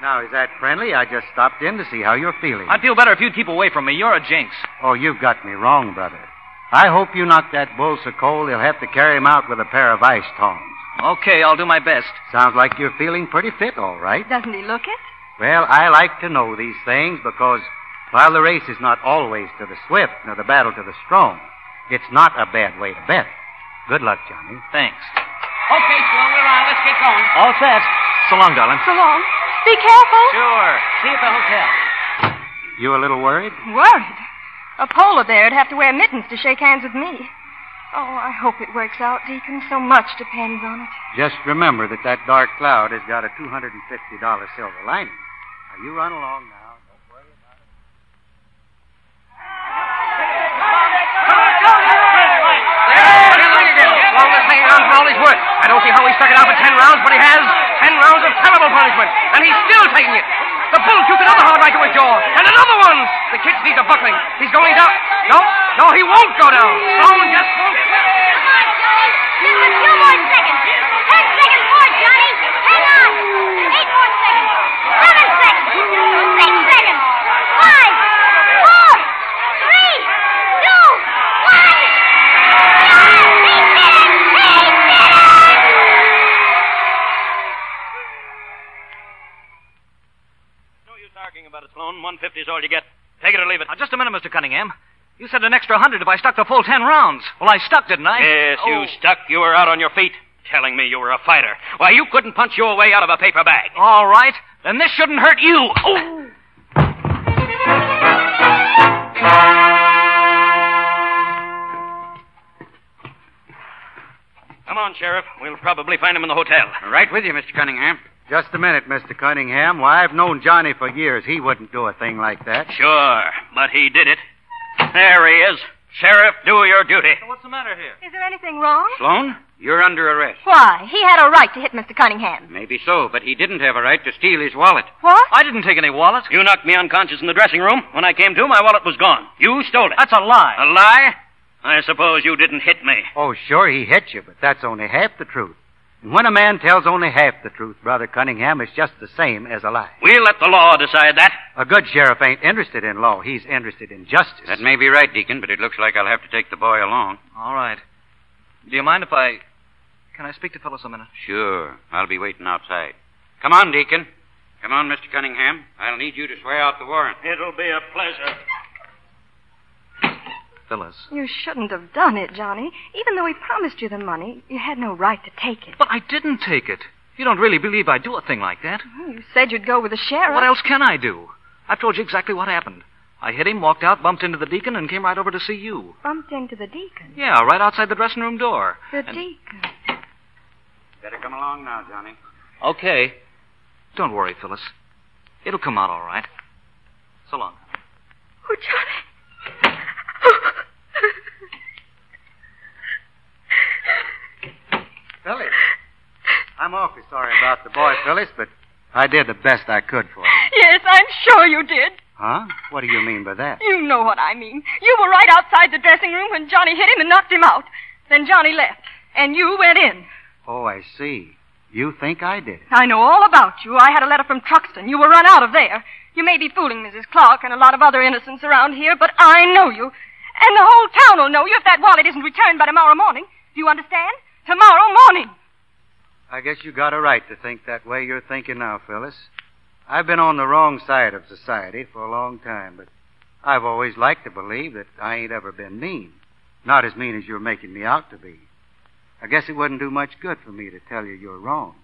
S4: Now, is that friendly? I just stopped in to see how you're feeling.
S9: I'd feel better if you'd keep away from me. You're a jinx.
S4: Oh, you've got me wrong, brother. I hope you knock that bull so cold he'll have to carry him out with a pair of ice tongs.
S9: Okay, I'll do my best.
S4: Sounds like you're feeling pretty fit, all right.
S9: Oh.
S8: Doesn't he look it?
S4: Well, I like to know these things because while the race is not always to the swift nor the battle to the strong, it's not a bad way to bet. Good luck, Johnny.
S9: Thanks.
S16: Okay, Sloan, we're on. Let's get going.
S9: All set. So long, darling.
S8: So long. Uh-huh. Be careful.
S9: Sure. See you at the hotel.
S4: You a little worried?
S8: Worried. A polar bear'd have to wear mittens to shake hands with me. Oh, I hope it works out, Deacon. So much depends on it.
S4: Just remember that that dark cloud has got a $250 silver lining. Now, you run along now.
S7: Long as hanging on for all he's worth. I don't see how he stuck it out for ten rounds, but he has. Ten rounds of terrible punishment, and he's still taking it. The bull shoots another hard right to his jaw, and another one. The kid needs a buckling. He's going down. No, no, he won't go down. Sloan just won't.
S12: Talking about it, Sloan. 150 is all you get.
S9: Take it or leave it. Now, just a minute, Mr. Cunningham. You said an extra hundred if I stuck the full ten rounds. Well, I stuck, didn't I?
S12: Yes,
S9: Oh.
S12: you stuck. You were out on your feet, telling me you were a fighter. Why, you couldn't punch your way out of a paper bag.
S9: All right. Then this shouldn't hurt you. Oh.
S12: Come on, Sheriff. We'll probably find him in the hotel. Right with you, Mr. Cunningham.
S4: Just a minute, Mr. Cunningham. Why, I've known Johnny for years. He wouldn't do a thing like that.
S12: Sure, but he did it. There he is. Sheriff, do your duty.
S9: What's the matter here?
S8: Is there anything wrong?
S12: Sloan, you're under arrest.
S8: Why? He had a right to hit Mr. Cunningham.
S12: Maybe so, but he didn't have a right to steal his wallet.
S8: What?
S9: I didn't take any wallet.
S12: You knocked me unconscious in the dressing room. When I came to, my wallet was gone. You stole it.
S9: That's a lie.
S12: A lie? I suppose you didn't hit me.
S4: Oh, sure, he hit you, but that's only half the truth. And when a man tells only half the truth, Brother Cunningham, it's just the same as a lie.
S12: We'll let the law decide that.
S4: A good sheriff ain't interested in law. He's interested in justice.
S17: That may be right, Deacon, but it looks like I'll have to take the boy along.
S9: All right. Do you mind if I. Can I speak to Phyllis a minute?
S17: Sure. I'll be waiting outside. Come on, Deacon. Come on, Mr. Cunningham. I'll need you to swear out the warrant.
S12: It'll be a pleasure.
S9: Phyllis.
S8: You shouldn't have done it, Johnny. Even though he promised you the money, you had no right to take it.
S9: But I didn't take it. You don't really believe I'd do a thing like that.
S8: You said you'd go with the sheriff.
S9: What else can I do? I've told you exactly what happened. I hit him, walked out, bumped into the deacon, and came right over to see you.
S8: Bumped into the deacon.
S9: Yeah, right outside the dressing room door.
S8: The deacon.
S17: Better come along now, Johnny.
S9: Okay. Don't worry, Phyllis. It'll come out all right. So long.
S8: Oh, Johnny.
S4: Phyllis, I'm awfully sorry about the boy, Phyllis, but I did the best I could for him.
S8: Yes, I'm sure you did.
S4: Huh? What do you mean by that?
S8: You know what I mean. You were right outside the dressing room when Johnny hit him and knocked him out. Then Johnny left, and you went in.
S4: Oh, I see. You think I did it.
S8: I know all about you. I had a letter from Truxton. You were run out of there. You may be fooling Mrs. Clark and a lot of other innocents around here, but I know you. And the whole town will know you if that wallet isn't returned by tomorrow morning. Do you understand? Tomorrow morning.
S4: I guess you got a right to think that way you're thinking now, Phyllis. I've been on the wrong side of society for a long time, but I've always liked to believe that I ain't ever been mean. Not as mean as you're making me out to be. I guess it wouldn't do much good for me to tell you you're wrong.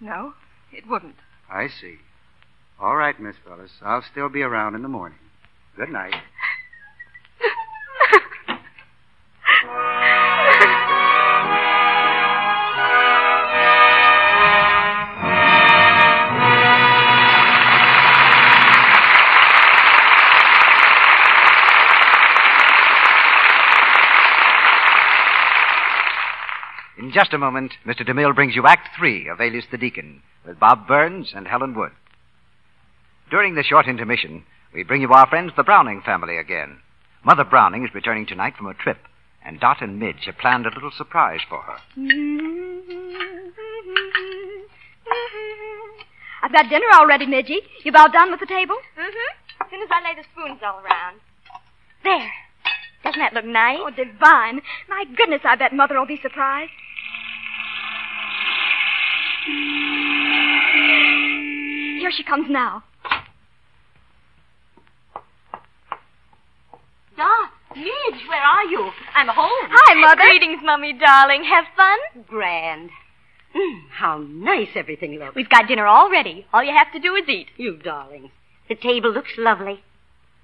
S8: No, it wouldn't.
S4: I see. All right, Miss Phyllis. I'll still be around in the morning. Good night.
S14: In just a moment, Mr. DeMille brings you Act Three of Alias the Deacon with Bob Burns and Helen Wood. During the short intermission, we bring you our friends, the Browning family, again. Mother Browning is returning tonight from a trip, and Dot and Midge have planned a little surprise for her.
S18: I've got dinner already, Midgie. You've all done with the table?
S15: Mm-hmm. As soon as I lay the spoons all around.
S18: There. Doesn't that look nice? Oh, divine. My goodness, I bet Mother will be surprised. Here she comes now.
S19: Dot, Midge, where are you? I'm home.
S18: Hi, Mother.
S19: Greetings, Mummy, darling. Have fun?
S3: Grand. Mm, how nice everything looks.
S19: We've got dinner all ready. All you have to do is eat.
S3: You darlings. The table looks lovely.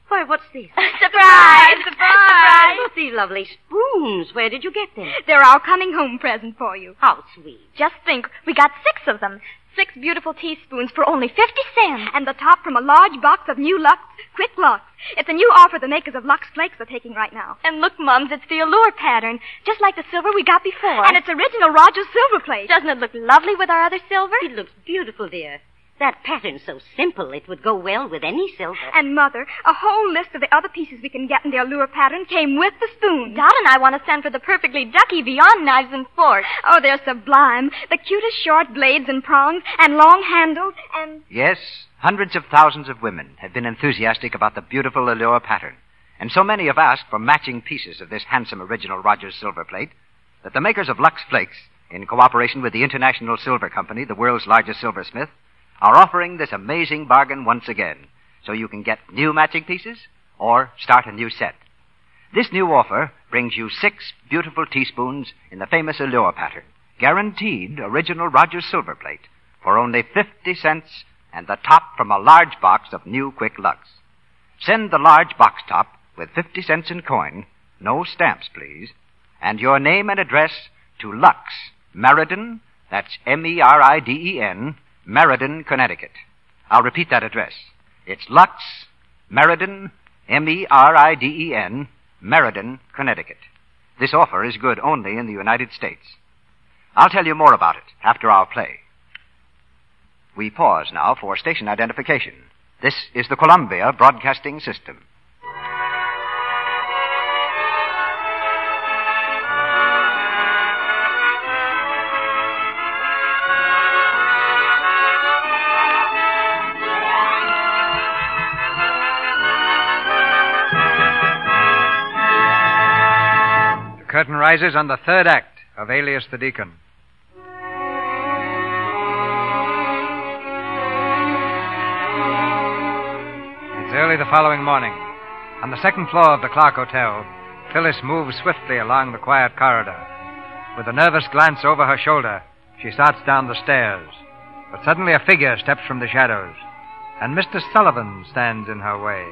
S3: Why, what's this?
S19: Surprise! Surprise!
S3: Look, These lovely spoons. Where did you get them?
S18: They're all coming home present for you.
S3: How sweet.
S18: Just think, we got six of them. Six beautiful teaspoons for only 50 cents. And the top from a large box of new Lux Quick Lux. It's a new offer the makers of Lux Flakes are taking right now. And look, Mums, it's the Allure pattern, just like the silver we got before. And it's original Rogers silver plate. Doesn't it look lovely with our other silver?
S3: It looks beautiful, dear. That pattern's so simple, it would go well with any silver.
S18: And Mother, a whole list of the other pieces we can get in the Allure pattern came with the spoon. Dot and I want to send for the perfectly ducky beyond knives and forks. Oh, they're sublime. The cutest short blades and prongs and long handles and...
S14: Yes, hundreds of thousands of women have been enthusiastic about the beautiful Allure pattern, and so many have asked for matching pieces of this handsome original Rogers silver plate that the makers of Lux Flakes, in cooperation with the International Silver Company, the world's largest silversmith, are offering this amazing bargain once again, so you can get new matching pieces or start a new set. This new offer brings you six beautiful teaspoons in the famous Allure pattern, guaranteed original Rogers silver plate, for only 50 cents and the top from a large box of new Quick Lux. Send the large box top with 50 cents in coin, no stamps, please, and your name and address to Lux, Meriden, that's E M-E-R-I-D-E-N, Meriden, Connecticut. I'll repeat that address. It's Lux, Meriden, M E R I D E N, Meriden, Connecticut. This offer is good only in the United States. I'll tell you more about it after our play. We pause now for station identification. This is the Columbia Broadcasting System.
S2: The curtain rises on the third act of Alias the Deacon. It's early the following morning. On the second floor of the Clark Hotel, Phyllis moves swiftly along the quiet corridor. With a nervous glance over her shoulder, she starts down the stairs. But suddenly a figure steps from the shadows, and Mr. Sullivan stands in her way.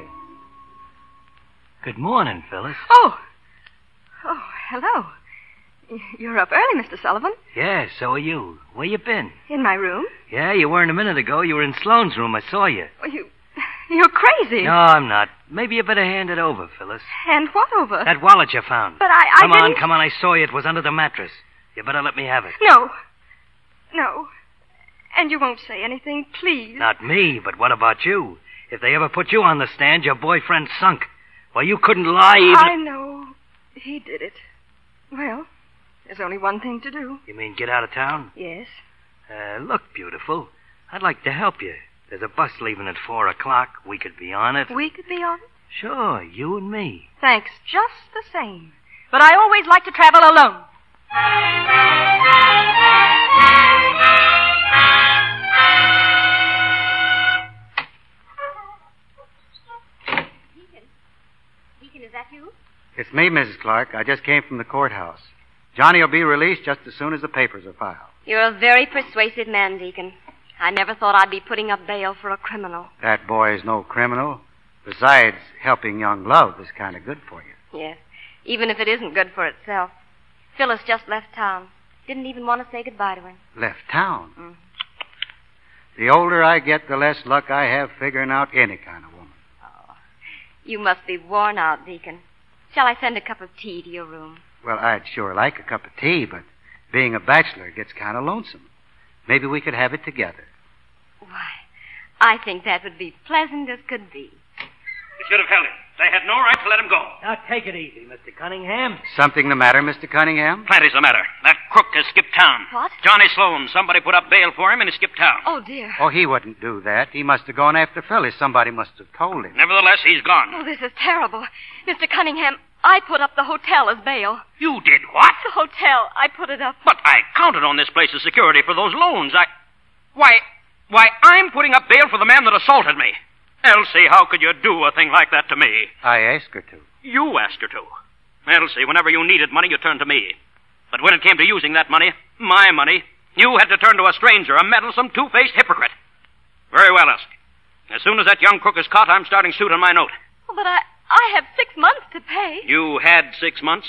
S16: Good morning, Phyllis.
S8: Oh. Oh, hello. Y- You're up early, Mr. Sullivan.
S16: Yeah, so are you. Where you been?
S8: In my room?
S16: Yeah, you weren't a minute ago. You were in Sloane's room. I saw you.
S8: Oh, you, you're crazy.
S16: No, I'm not. Maybe you better hand it over, Phyllis.
S8: And what over?
S16: That wallet you found.
S8: But I, I
S16: come on,
S8: didn't-
S16: come on. I saw you. It was under the mattress. You better let me have it.
S8: No. No. And you won't say anything, please.
S16: Not me, but what about you? If they ever put you on the stand, your boyfriend sunk. Well, you couldn't lie even.
S8: I know. He did it. Well, there's only one thing to do.
S16: You mean get out of town?
S8: Yes.
S16: Uh, look, beautiful. I'd like to help you. There's a bus leaving at four o'clock. We could be on it.
S8: We could be on it.
S16: Sure, you and me.
S8: Thanks, just the same. But I always like to travel alone.
S4: me, Mrs. Clark. I just came from the courthouse. Johnny will be released just as soon as the papers are filed.
S3: You're a very persuasive man, Deacon. I never thought I'd be putting up bail for a criminal.
S4: That boy is no criminal. Besides, helping young love is kind of good for you.
S3: Yes, even if it isn't good for itself. Phyllis just left town. Didn't even want to say goodbye to him.
S4: Left town.
S3: Mm.
S4: The older I get, the less luck I have figuring out any kind of woman.
S3: You must be worn out, Deacon. Shall I send a cup of tea to your room?
S4: Well, I'd sure like a cup of tea, but being a bachelor gets kind of lonesome. Maybe we could have it together.
S3: Why, I think that would be pleasant as could be.
S12: They should have held him. They had no right to let him go.
S10: Now take it easy, Mr. Cunningham.
S4: Something the matter, Mr. Cunningham?
S12: Plenty's the matter. That crook has skipped town.
S3: What?
S12: Johnny Sloan. Somebody put up bail for him and he skipped town.
S3: Oh, dear.
S4: Oh, he wouldn't do that. He must have gone after Phyllis. Somebody must have told him.
S12: Nevertheless, he's gone.
S3: Oh, this is terrible. Mr. Cunningham, I put up the hotel as bail.
S12: You did what?
S3: The hotel. I put it up.
S12: But I counted on this place as security for those loans. I. Why. Why, I'm putting up bail for the man that assaulted me. Elsie, how could you do a thing like that to me?
S4: I asked her to.
S12: You asked her to. Elsie, whenever you needed money, you turned to me. But when it came to using that money, my money, you had to turn to a stranger, a meddlesome, two faced hypocrite. Very well, Elsie. As soon as that young crook is caught, I'm starting suit on my note.
S3: Oh, but I, I have six months to pay.
S12: You had six months.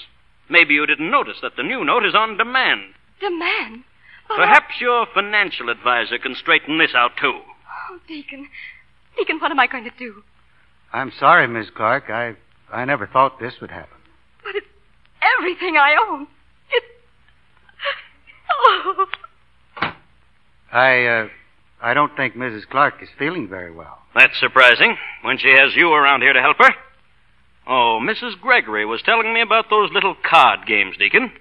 S12: Maybe you didn't notice that the new note is on demand.
S3: Demand. But I-
S12: Perhaps your financial advisor can straighten this out, too.
S3: Oh, Deacon. Deacon, what am I going to do?
S4: I'm sorry, Miss Clark. I, I never thought this would happen.
S3: But it's everything I own. It's. Oh.
S4: I, uh, I don't think Mrs. Clark is feeling very well.
S12: That's surprising, when she has you around here to help her. Oh, Mrs. Gregory was telling me about those little card games, Deacon.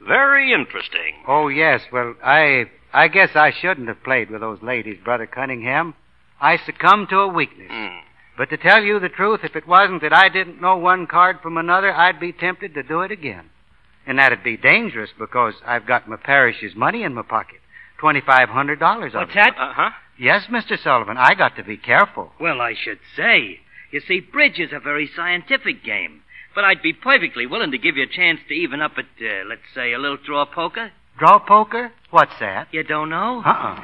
S12: Very interesting.
S4: Oh, yes. Well, I, I guess I shouldn't have played with those ladies, Brother Cunningham. I succumbed to a weakness.
S16: Hmm.
S4: But to tell you the truth, if it wasn't that I didn't know one card from another, I'd be tempted to do it again. And that'd be dangerous because I've got my parish's money in my pocket. Twenty-five hundred dollars of
S16: What's
S4: it.
S16: that?
S12: Uh-huh.
S4: Yes, Mr. Sullivan, I got to be careful.
S16: Well, I should say. You see, bridge is a very scientific game. But I'd be perfectly willing to give you a chance to even up at, uh, let's say, a little draw poker.
S4: Draw poker? What's that?
S16: You don't know?
S4: Uh-uh.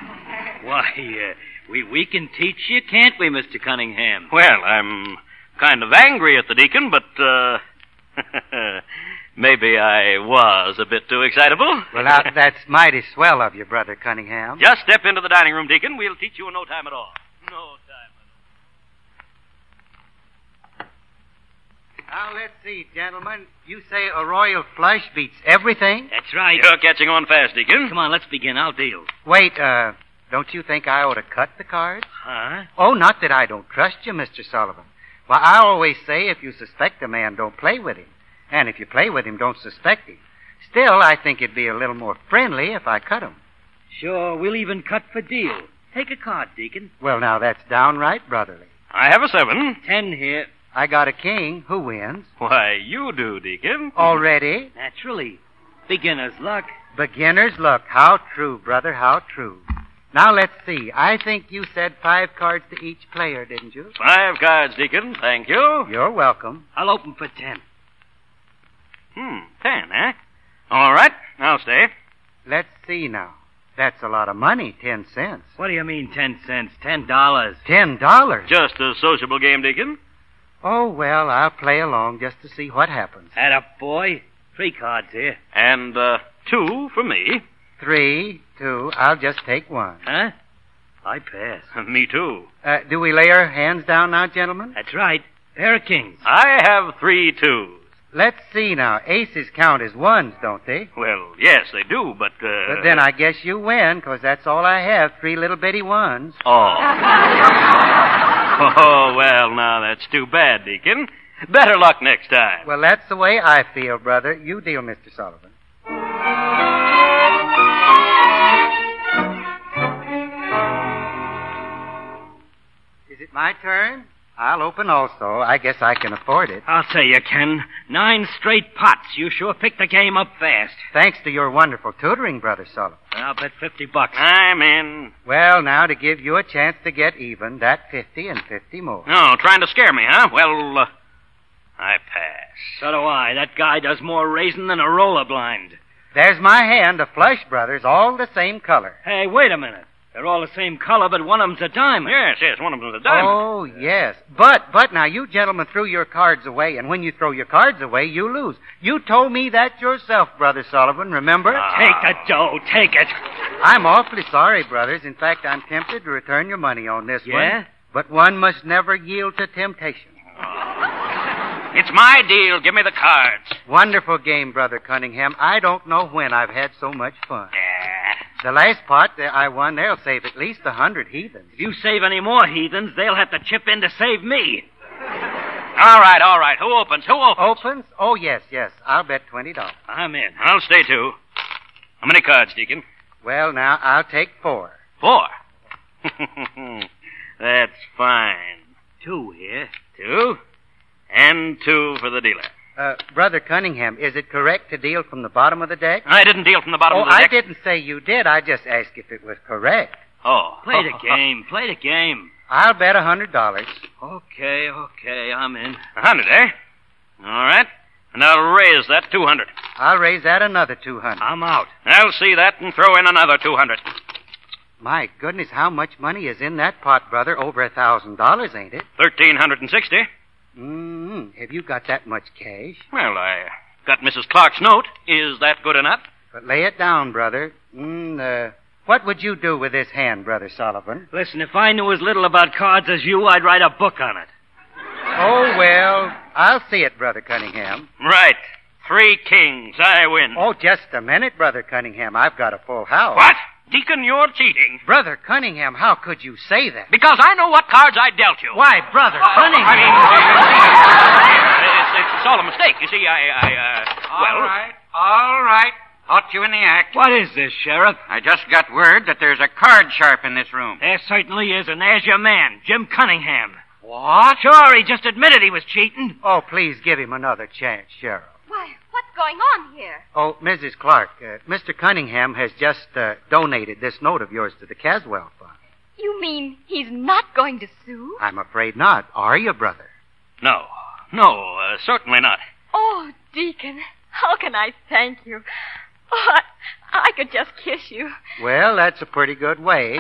S16: Why, uh, we, we can teach you, can't we, Mr. Cunningham?
S12: Well, I'm kind of angry at the deacon, but, uh. maybe I was a bit too excitable.
S4: Well, now, that's mighty swell of you, Brother Cunningham.
S12: Just step into the dining room, Deacon. We'll teach you in no time at all. No time.
S4: Now, let's see, gentlemen. You say a royal flush beats everything?
S16: That's right.
S12: You're catching on fast, Deacon.
S16: Come on, let's begin. I'll deal.
S4: Wait, uh, don't you think I ought to cut the cards?
S16: Huh?
S4: Oh, not that I don't trust you, Mr. Sullivan. Why, I always say if you suspect a man, don't play with him. And if you play with him, don't suspect him. Still, I think it'd be a little more friendly if I cut him.
S16: Sure, we'll even cut for deal. Take a card, Deacon.
S4: Well, now, that's downright brotherly.
S12: I have a seven.
S16: Ten here.
S4: I got a king. Who wins?
S12: Why, you do, Deacon.
S4: Already?
S16: Naturally. Beginner's luck.
S4: Beginner's luck. How true, brother, how true. Now, let's see. I think you said five cards to each player, didn't you?
S12: Five cards, Deacon. Thank you.
S4: You're welcome.
S16: I'll open for ten.
S12: Hmm, ten, eh? All right, I'll stay.
S4: Let's see now. That's a lot of money, ten cents.
S16: What do you mean, ten cents? Ten dollars.
S4: Ten dollars?
S12: Just a sociable game, Deacon.
S4: Oh, well, I'll play along just to see what happens.
S16: Add up, boy. Three cards here.
S12: And, uh, two for me.
S4: Three, two, I'll just take one.
S16: Huh? I pass.
S12: me too.
S4: Uh, do we lay our hands down now, gentlemen?
S16: That's right. Pair of kings.
S12: I have three twos.
S4: Let's see now. Aces count as ones, don't they?
S12: Well, yes, they do, but, uh.
S4: But then I guess you win, 'cause that's all I have, three little bitty ones.
S12: Oh. oh, well, now that's too bad, Deacon. Better luck next time.
S4: Well, that's the way I feel, brother. You deal, Mr. Sullivan. Is it my turn? I'll open also. I guess I can afford it.
S16: I'll say you can. Nine straight pots. You sure picked the game up fast.
S4: Thanks to your wonderful tutoring, Brother Sullivan.
S16: I'll bet fifty bucks.
S12: I'm in.
S4: Well, now, to give you a chance to get even, that 50 and 50 more.
S12: No, trying to scare me, huh? Well, uh,
S16: I pass. So do I. That guy does more raising than a roller blind.
S4: There's my hand of Flush Brothers, all the same color.
S16: Hey, wait a minute. They're all the same color, but one of them's a diamond. Yes, yes, one of them's a
S4: Oh, yes. But, but now you gentlemen threw your cards away, and when you throw your cards away, you lose. You told me that yourself, Brother Sullivan, remember?
S16: Take the dough, take it.
S4: I'm awfully sorry, brothers. In fact, I'm tempted to return your money on this
S12: Yeah?
S4: one. But one must never yield to temptation.
S16: Oh.
S12: It's my deal. Give me the cards.
S4: Wonderful game, Brother Cunningham. I don't know when I've had so much fun. The last pot that I won, they'll save at least a hundred heathens.
S16: If you save any more heathens, they'll have to chip in to save me.
S12: All right, all right. Who opens? Who opens?
S4: Opens? Oh, yes, yes. I'll bet $20.
S16: I'm in.
S12: I'll stay too. How many cards, Deacon?
S4: Well, now, I'll take four.
S12: Four. That's fine.
S16: Two here.
S12: Two, and two for the dealer.
S4: Uh, Brother Cunningham, is it correct to deal from the bottom of the deck?
S12: I didn't deal from the bottom
S4: oh,
S12: of the
S4: I
S12: deck.
S4: didn't say you did. I just asked if it was correct.
S12: Oh.
S16: Play the game. Play the game.
S4: I'll bet a hundred dollars.
S16: Okay, okay, I'm in.
S12: A hundred, eh? All right. And I'll raise that 200.
S4: I'll raise that another two hundred.
S16: I'm out.
S12: I'll see that and throw in another 200.
S4: My goodness, how much money is in that pot, brother? Over a thousand dollars, ain't it?
S12: 1360.
S4: Mm-hmm. Have you got that much cash?
S12: Well, I got Mrs. Clark's note. Is that good enough?
S4: But lay it down, brother. Mm, uh, what would you do with this hand, brother Sullivan?
S16: Listen, if I knew as little about cards as you, I'd write a book on it.
S4: Oh well, I'll see it, brother Cunningham.
S12: Right. Three kings. I win.
S4: Oh, just a minute, brother Cunningham. I've got a full house.
S12: What? Deacon, you're cheating.
S4: Brother Cunningham, how could you say that?
S12: Because I know what cards I dealt you.
S4: Why, brother Cunningham?
S12: I mean, it's, it's all a mistake. You see, I, I, uh,
S17: All
S12: well,
S17: right, all right. Caught you in the act.
S16: What is this, Sheriff?
S17: I just got word that there's a card sharp in this room.
S16: There certainly is, and there's your man, Jim Cunningham.
S4: What?
S16: Sure, he just admitted he was cheating.
S4: Oh, please give him another chance, Sheriff.
S3: Why, what's going on here?
S4: Oh, Mrs. Clark, uh, Mr. Cunningham has just uh, donated this note of yours to the Caswell Fund.
S3: You mean he's not going to sue?
S4: I'm afraid not. Are you, brother?
S12: no, no, uh, certainly not.
S3: Oh, Deacon, how can I thank you? Oh, I, I could just kiss you.
S4: Well, that's a pretty good way.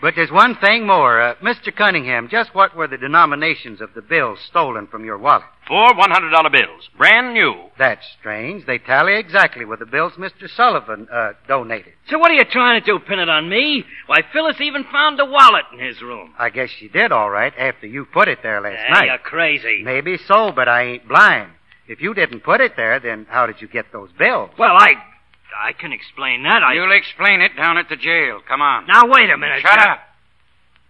S4: But there's one thing more. Uh, Mr. Cunningham, just what were the denominations of the bills stolen from your wallet?
S12: Four one hundred dollar bills, brand new.
S4: That's strange. They tally exactly with the bills Mr. Sullivan uh, donated.
S16: So what are you trying to do, pin it on me? Why, Phyllis even found a wallet in his room.
S4: I guess she did all right after you put it there last
S16: Hey,
S4: night.
S16: you're crazy.
S4: Maybe so, but I ain't blind. If you didn't put it there, then how did you get those bills?
S16: Well, I... I can explain that. I...
S17: You'll explain it down at the jail. Come on.
S16: Now, wait a minute.
S17: Shut
S16: Jack.
S17: up.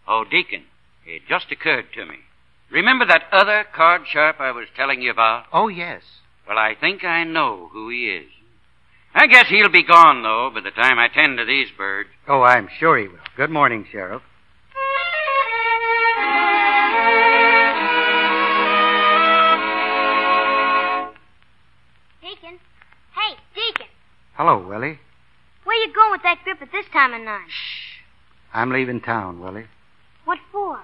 S17: Oh, Deacon, it just occurred to me. Remember that other card sharp I was telling you about?
S4: Oh, yes.
S17: Well, I think I know who he is. I guess he'll be gone, though, by the time I tend to these birds.
S4: Oh, I'm sure he will. Good morning, Sheriff.
S11: Deacon? Hey, Deacon,
S4: Hello, Willie.
S11: where you going with that grip at this time of night?
S4: I'm leaving town, Willie.
S11: What for?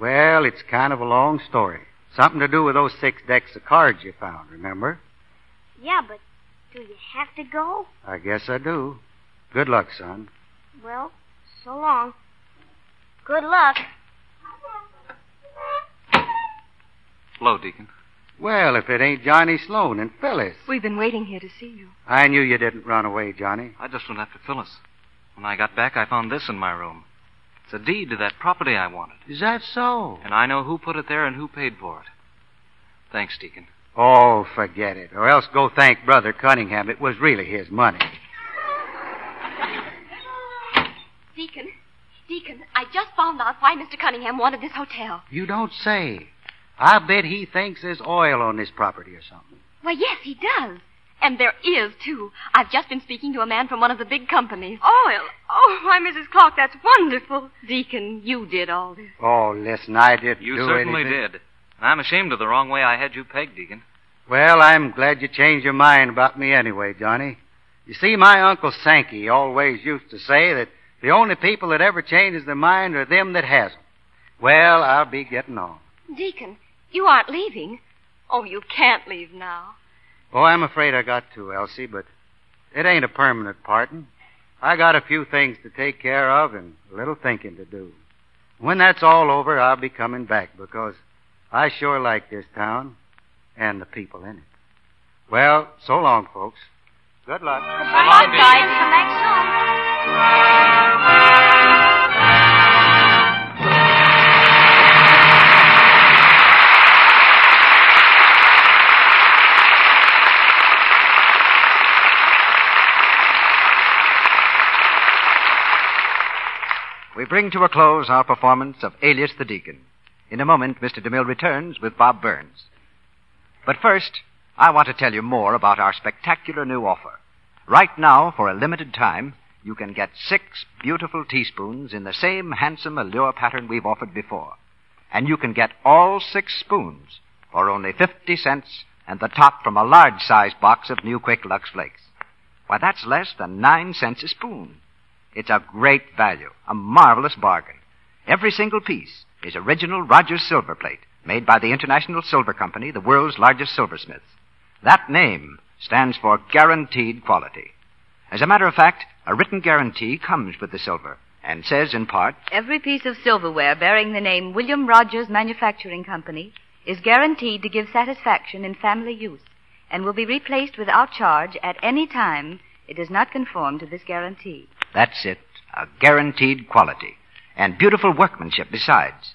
S4: Well, it's kind of a long story. Something to do with those six decks of cards you found, remember?
S11: Yeah, but do you have to go?
S4: I guess I do. Good luck, son.
S11: Well, so long. Good luck.
S20: Hello, Deacon.
S4: Well, if it ain't Johnny Sloan and Phyllis.
S8: We've been waiting here to see you.
S4: I knew you didn't run away, Johnny.
S20: I just went after Phyllis. When I got back, I found this in my room. It's a deed to that property I wanted.
S4: Is that so?
S20: And I know who put it there and who paid for it. Thanks, Deacon.
S4: Oh, forget it. Or else go thank Brother Cunningham. It was really his money.
S8: Deacon, Deacon, I just found out why Mr. Cunningham wanted this hotel.
S4: You don't say. I bet he thinks there's oil on this property or something.
S8: Why, yes, he does. And there is, too. I've just been speaking to a man from one of the big companies. Oil? Oh, why, Mrs. Clark, that's wonderful. Deacon, you did all this.
S4: Oh, listen, I didn't
S20: You
S4: do
S20: certainly
S4: anything.
S20: did. And I'm ashamed of the wrong way I had you pegged, Deacon.
S4: Well, I'm glad you changed your mind about me anyway, Johnny. You see, my Uncle Sankey always used to say that the only people that ever changes their mind are them that has 'em. Well, I'll be getting on.
S8: Deacon, you aren't leaving. Oh, you can't leave now.
S4: Oh, I'm afraid I got to, Elsie, but it ain't a permanent parting. I got a few things to take care of and a little thinking to do. When that's all over, I'll be coming back because I sure like this town and the people in it. Well, so long, folks. Good luck.
S21: Come on, guys. Come back soon.
S14: We bring to a close our performance of Alias the Deacon. In a moment, Mr. DeMille returns with Bob Burns. But first, I want to tell you more about our spectacular new offer. Right now, for a limited time, you can get six beautiful teaspoons in the same handsome allure pattern we've offered before. And you can get all six spoons for only 50 cents and the top from a large sized box of new Quick Lux Flakes. Why, that's less than nine cents a spoon. It's a great value, a marvelous bargain. Every single piece is original Rogers silver plate, made by the International Silver Company, the world's largest silversmiths. That name stands for guaranteed quality. As a matter of fact, a written guarantee comes with the silver and says in part,
S22: Every piece of silverware bearing the name William Rogers Manufacturing Company is guaranteed to give satisfaction in family use and will be replaced without charge at any time it does not conform to this guarantee.
S14: That's it. A guaranteed quality. And beautiful workmanship besides.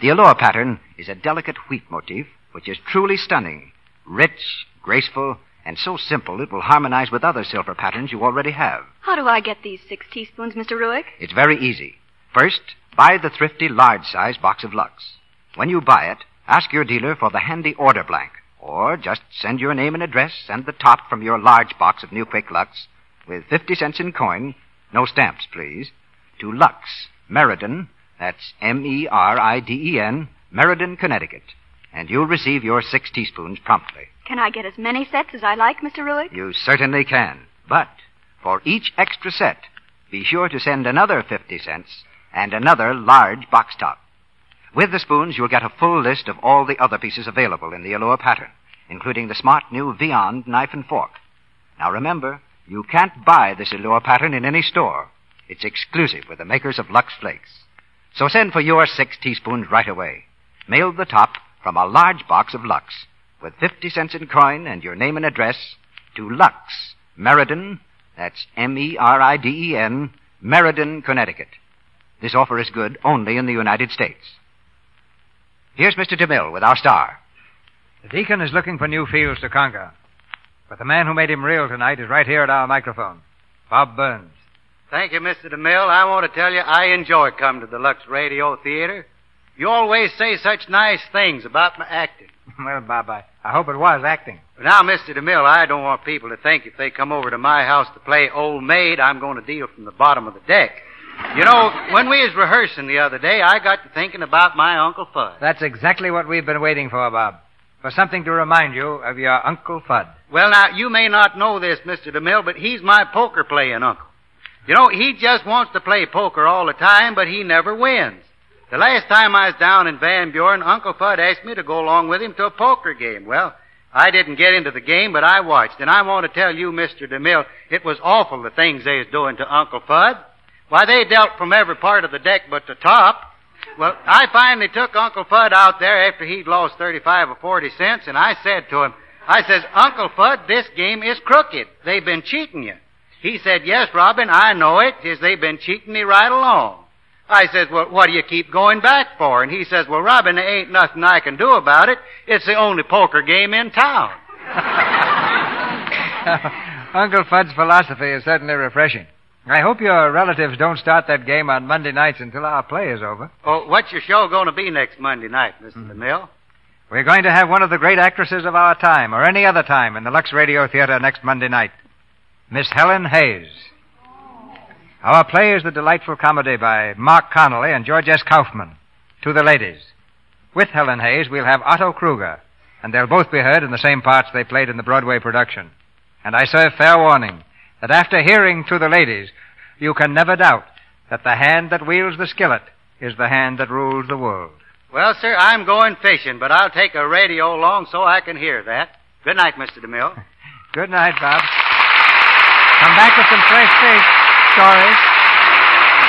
S14: The Allure pattern is a delicate wheat motif which is truly stunning, rich, graceful, and so simple it will harmonize with other silver patterns you already have.
S8: How do I get these six teaspoons, Mr. Ruick?
S14: It's very easy. First, buy the thrifty large size box of Lux. When you buy it, ask your dealer for the handy order blank, or just send your name and address and the top from your large box of New Quick Lux with 50 cents in coin no stamps, please. To Lux, Meriden, that's M E R I D E N, Meriden, Connecticut. And you'll receive your six teaspoons promptly.
S8: Can I get as many sets as I like, Mr. Ruick?
S14: You certainly can. But for each extra set, be sure to send another 50 cents and another large box top. With the spoons, you'll get a full list of all the other pieces available in the Allure pattern, including the smart new Viand knife and fork. Now remember, you can't buy this Allure pattern in any store. It's exclusive with the makers of Lux Flakes. So send for your six teaspoons right away. Mail the top from a large box of Lux with 50 cents in coin and your name and address to Lux, Meriden, that's E M-E-R-I-D-E-N, Meriden, Connecticut. This offer is good only in the United States. Here's Mr. DeMille with our star.
S2: The deacon is looking for new fields to conquer. But the man who made him real tonight is right here at our microphone, Bob Burns.
S4: Thank you, Mr. DeMille. I want to tell you I enjoy coming to the Lux Radio Theater. You always say such nice things about my acting.
S2: Well, Bob, I, I hope it was acting.
S4: But now, Mr. DeMille, I don't want people to think if they come over to my house to play Old Maid, I'm going to deal from the bottom of the deck. You know, when we was rehearsing the other day, I got to thinking about my Uncle Fudd.
S2: That's exactly what we've been waiting for, Bob. For something to remind you of your Uncle Fudd.
S4: Well, now, you may not know this, Mr. DeMille, but he's my poker playing uncle. You know, he just wants to play poker all the time, but he never wins. The last time I was down in Van Buren, Uncle Fudd asked me to go along with him to a poker game. Well, I didn't get into the game, but I watched, and I want to tell you, Mr. DeMille, it was awful the things they was doing to Uncle Fudd. Why, they dealt from every part of the deck but the top. Well, I finally took Uncle Fudd out there after he'd lost 35 or 40 cents, and I said to him, I says, Uncle Fudd, this game is crooked. They've been cheating you. He said, yes, Robin, I know it, 'tis they've been cheating me right along. I says, well, what do you keep going back for? And he says, well, Robin, there ain't nothing I can do about it. It's the only poker game in town.
S2: Uncle Fudd's philosophy is certainly refreshing. I hope your relatives don't start that game on Monday nights until our play is over.
S4: Oh, what's your show going to be next Monday night, mister DeMille?
S2: We're going to have one of the great actresses of our time, or any other time, in the Lux Radio Theater next Monday night. Miss Helen Hayes. Our play is the delightful comedy by Mark Connolly and George S. Kaufman. To the ladies. With Helen Hayes, we'll have Otto Kruger, and they'll both be heard in the same parts they played in the Broadway production. And I serve fair warning that after hearing To the Ladies, you can never doubt that the hand that wields the skillet is the hand that rules the world.
S4: Well, sir, I'm going fishing, but I'll take a radio along so I can hear that. Good night, Mr. DeMille.
S2: Good night, Bob. Come back with some fresh fish. Sorry.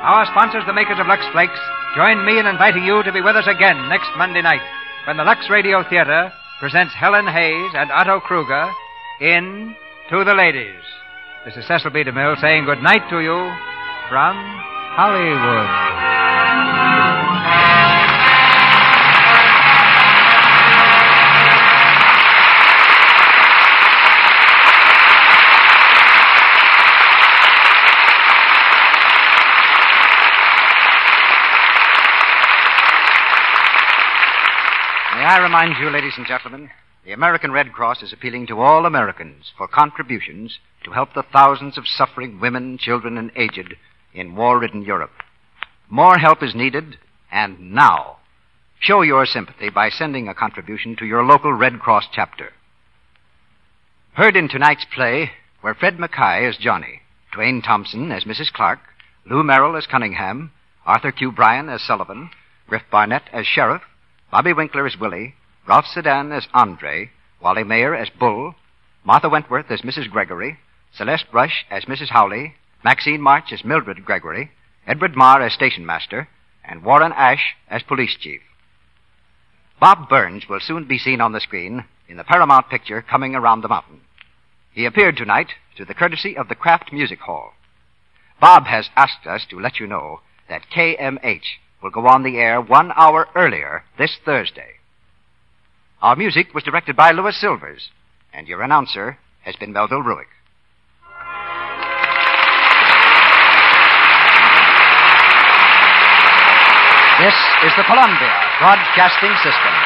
S2: Our sponsors, the makers of Lux Flakes, join me in inviting you to be with us again next Monday night when the Lux Radio Theater presents Helen Hayes and Otto Kruger in To the Ladies. This is Cecil B. DeMille saying good night to you from Hollywood.
S14: May I remind you, ladies and gentlemen, the American Red Cross is appealing to all Americans for contributions to help the thousands of suffering women, children, and aged in war ridden Europe. More help is needed, and now. Show your sympathy by sending a contribution to your local Red Cross chapter. Heard in tonight's play were Fred Mackay as Johnny, Dwayne Thompson as Mrs. Clark, Lou Merrill as Cunningham, Arthur Q. Bryan as Sullivan, Griff Barnett as Sheriff, Bobby Winkler as Willie, Ralph Sedan as Andre, Wally Mayer as Bull, Martha Wentworth as Mrs. Gregory, Celeste Rush as Mrs. Howley, Maxine March as Mildred Gregory, Edward Marr as Station Master, and Warren Ash as Police Chief. Bob Burns will soon be seen on the screen in the Paramount picture Coming Around the Mountain. He appeared tonight through the courtesy of the Kraft Music Hall. Bob has asked us to let you know that KMH will go on the air one hour earlier this Thursday. Our music was directed by Louis Silvers, and your announcer has been Melville Ruick. This is the Columbia Broadcasting System.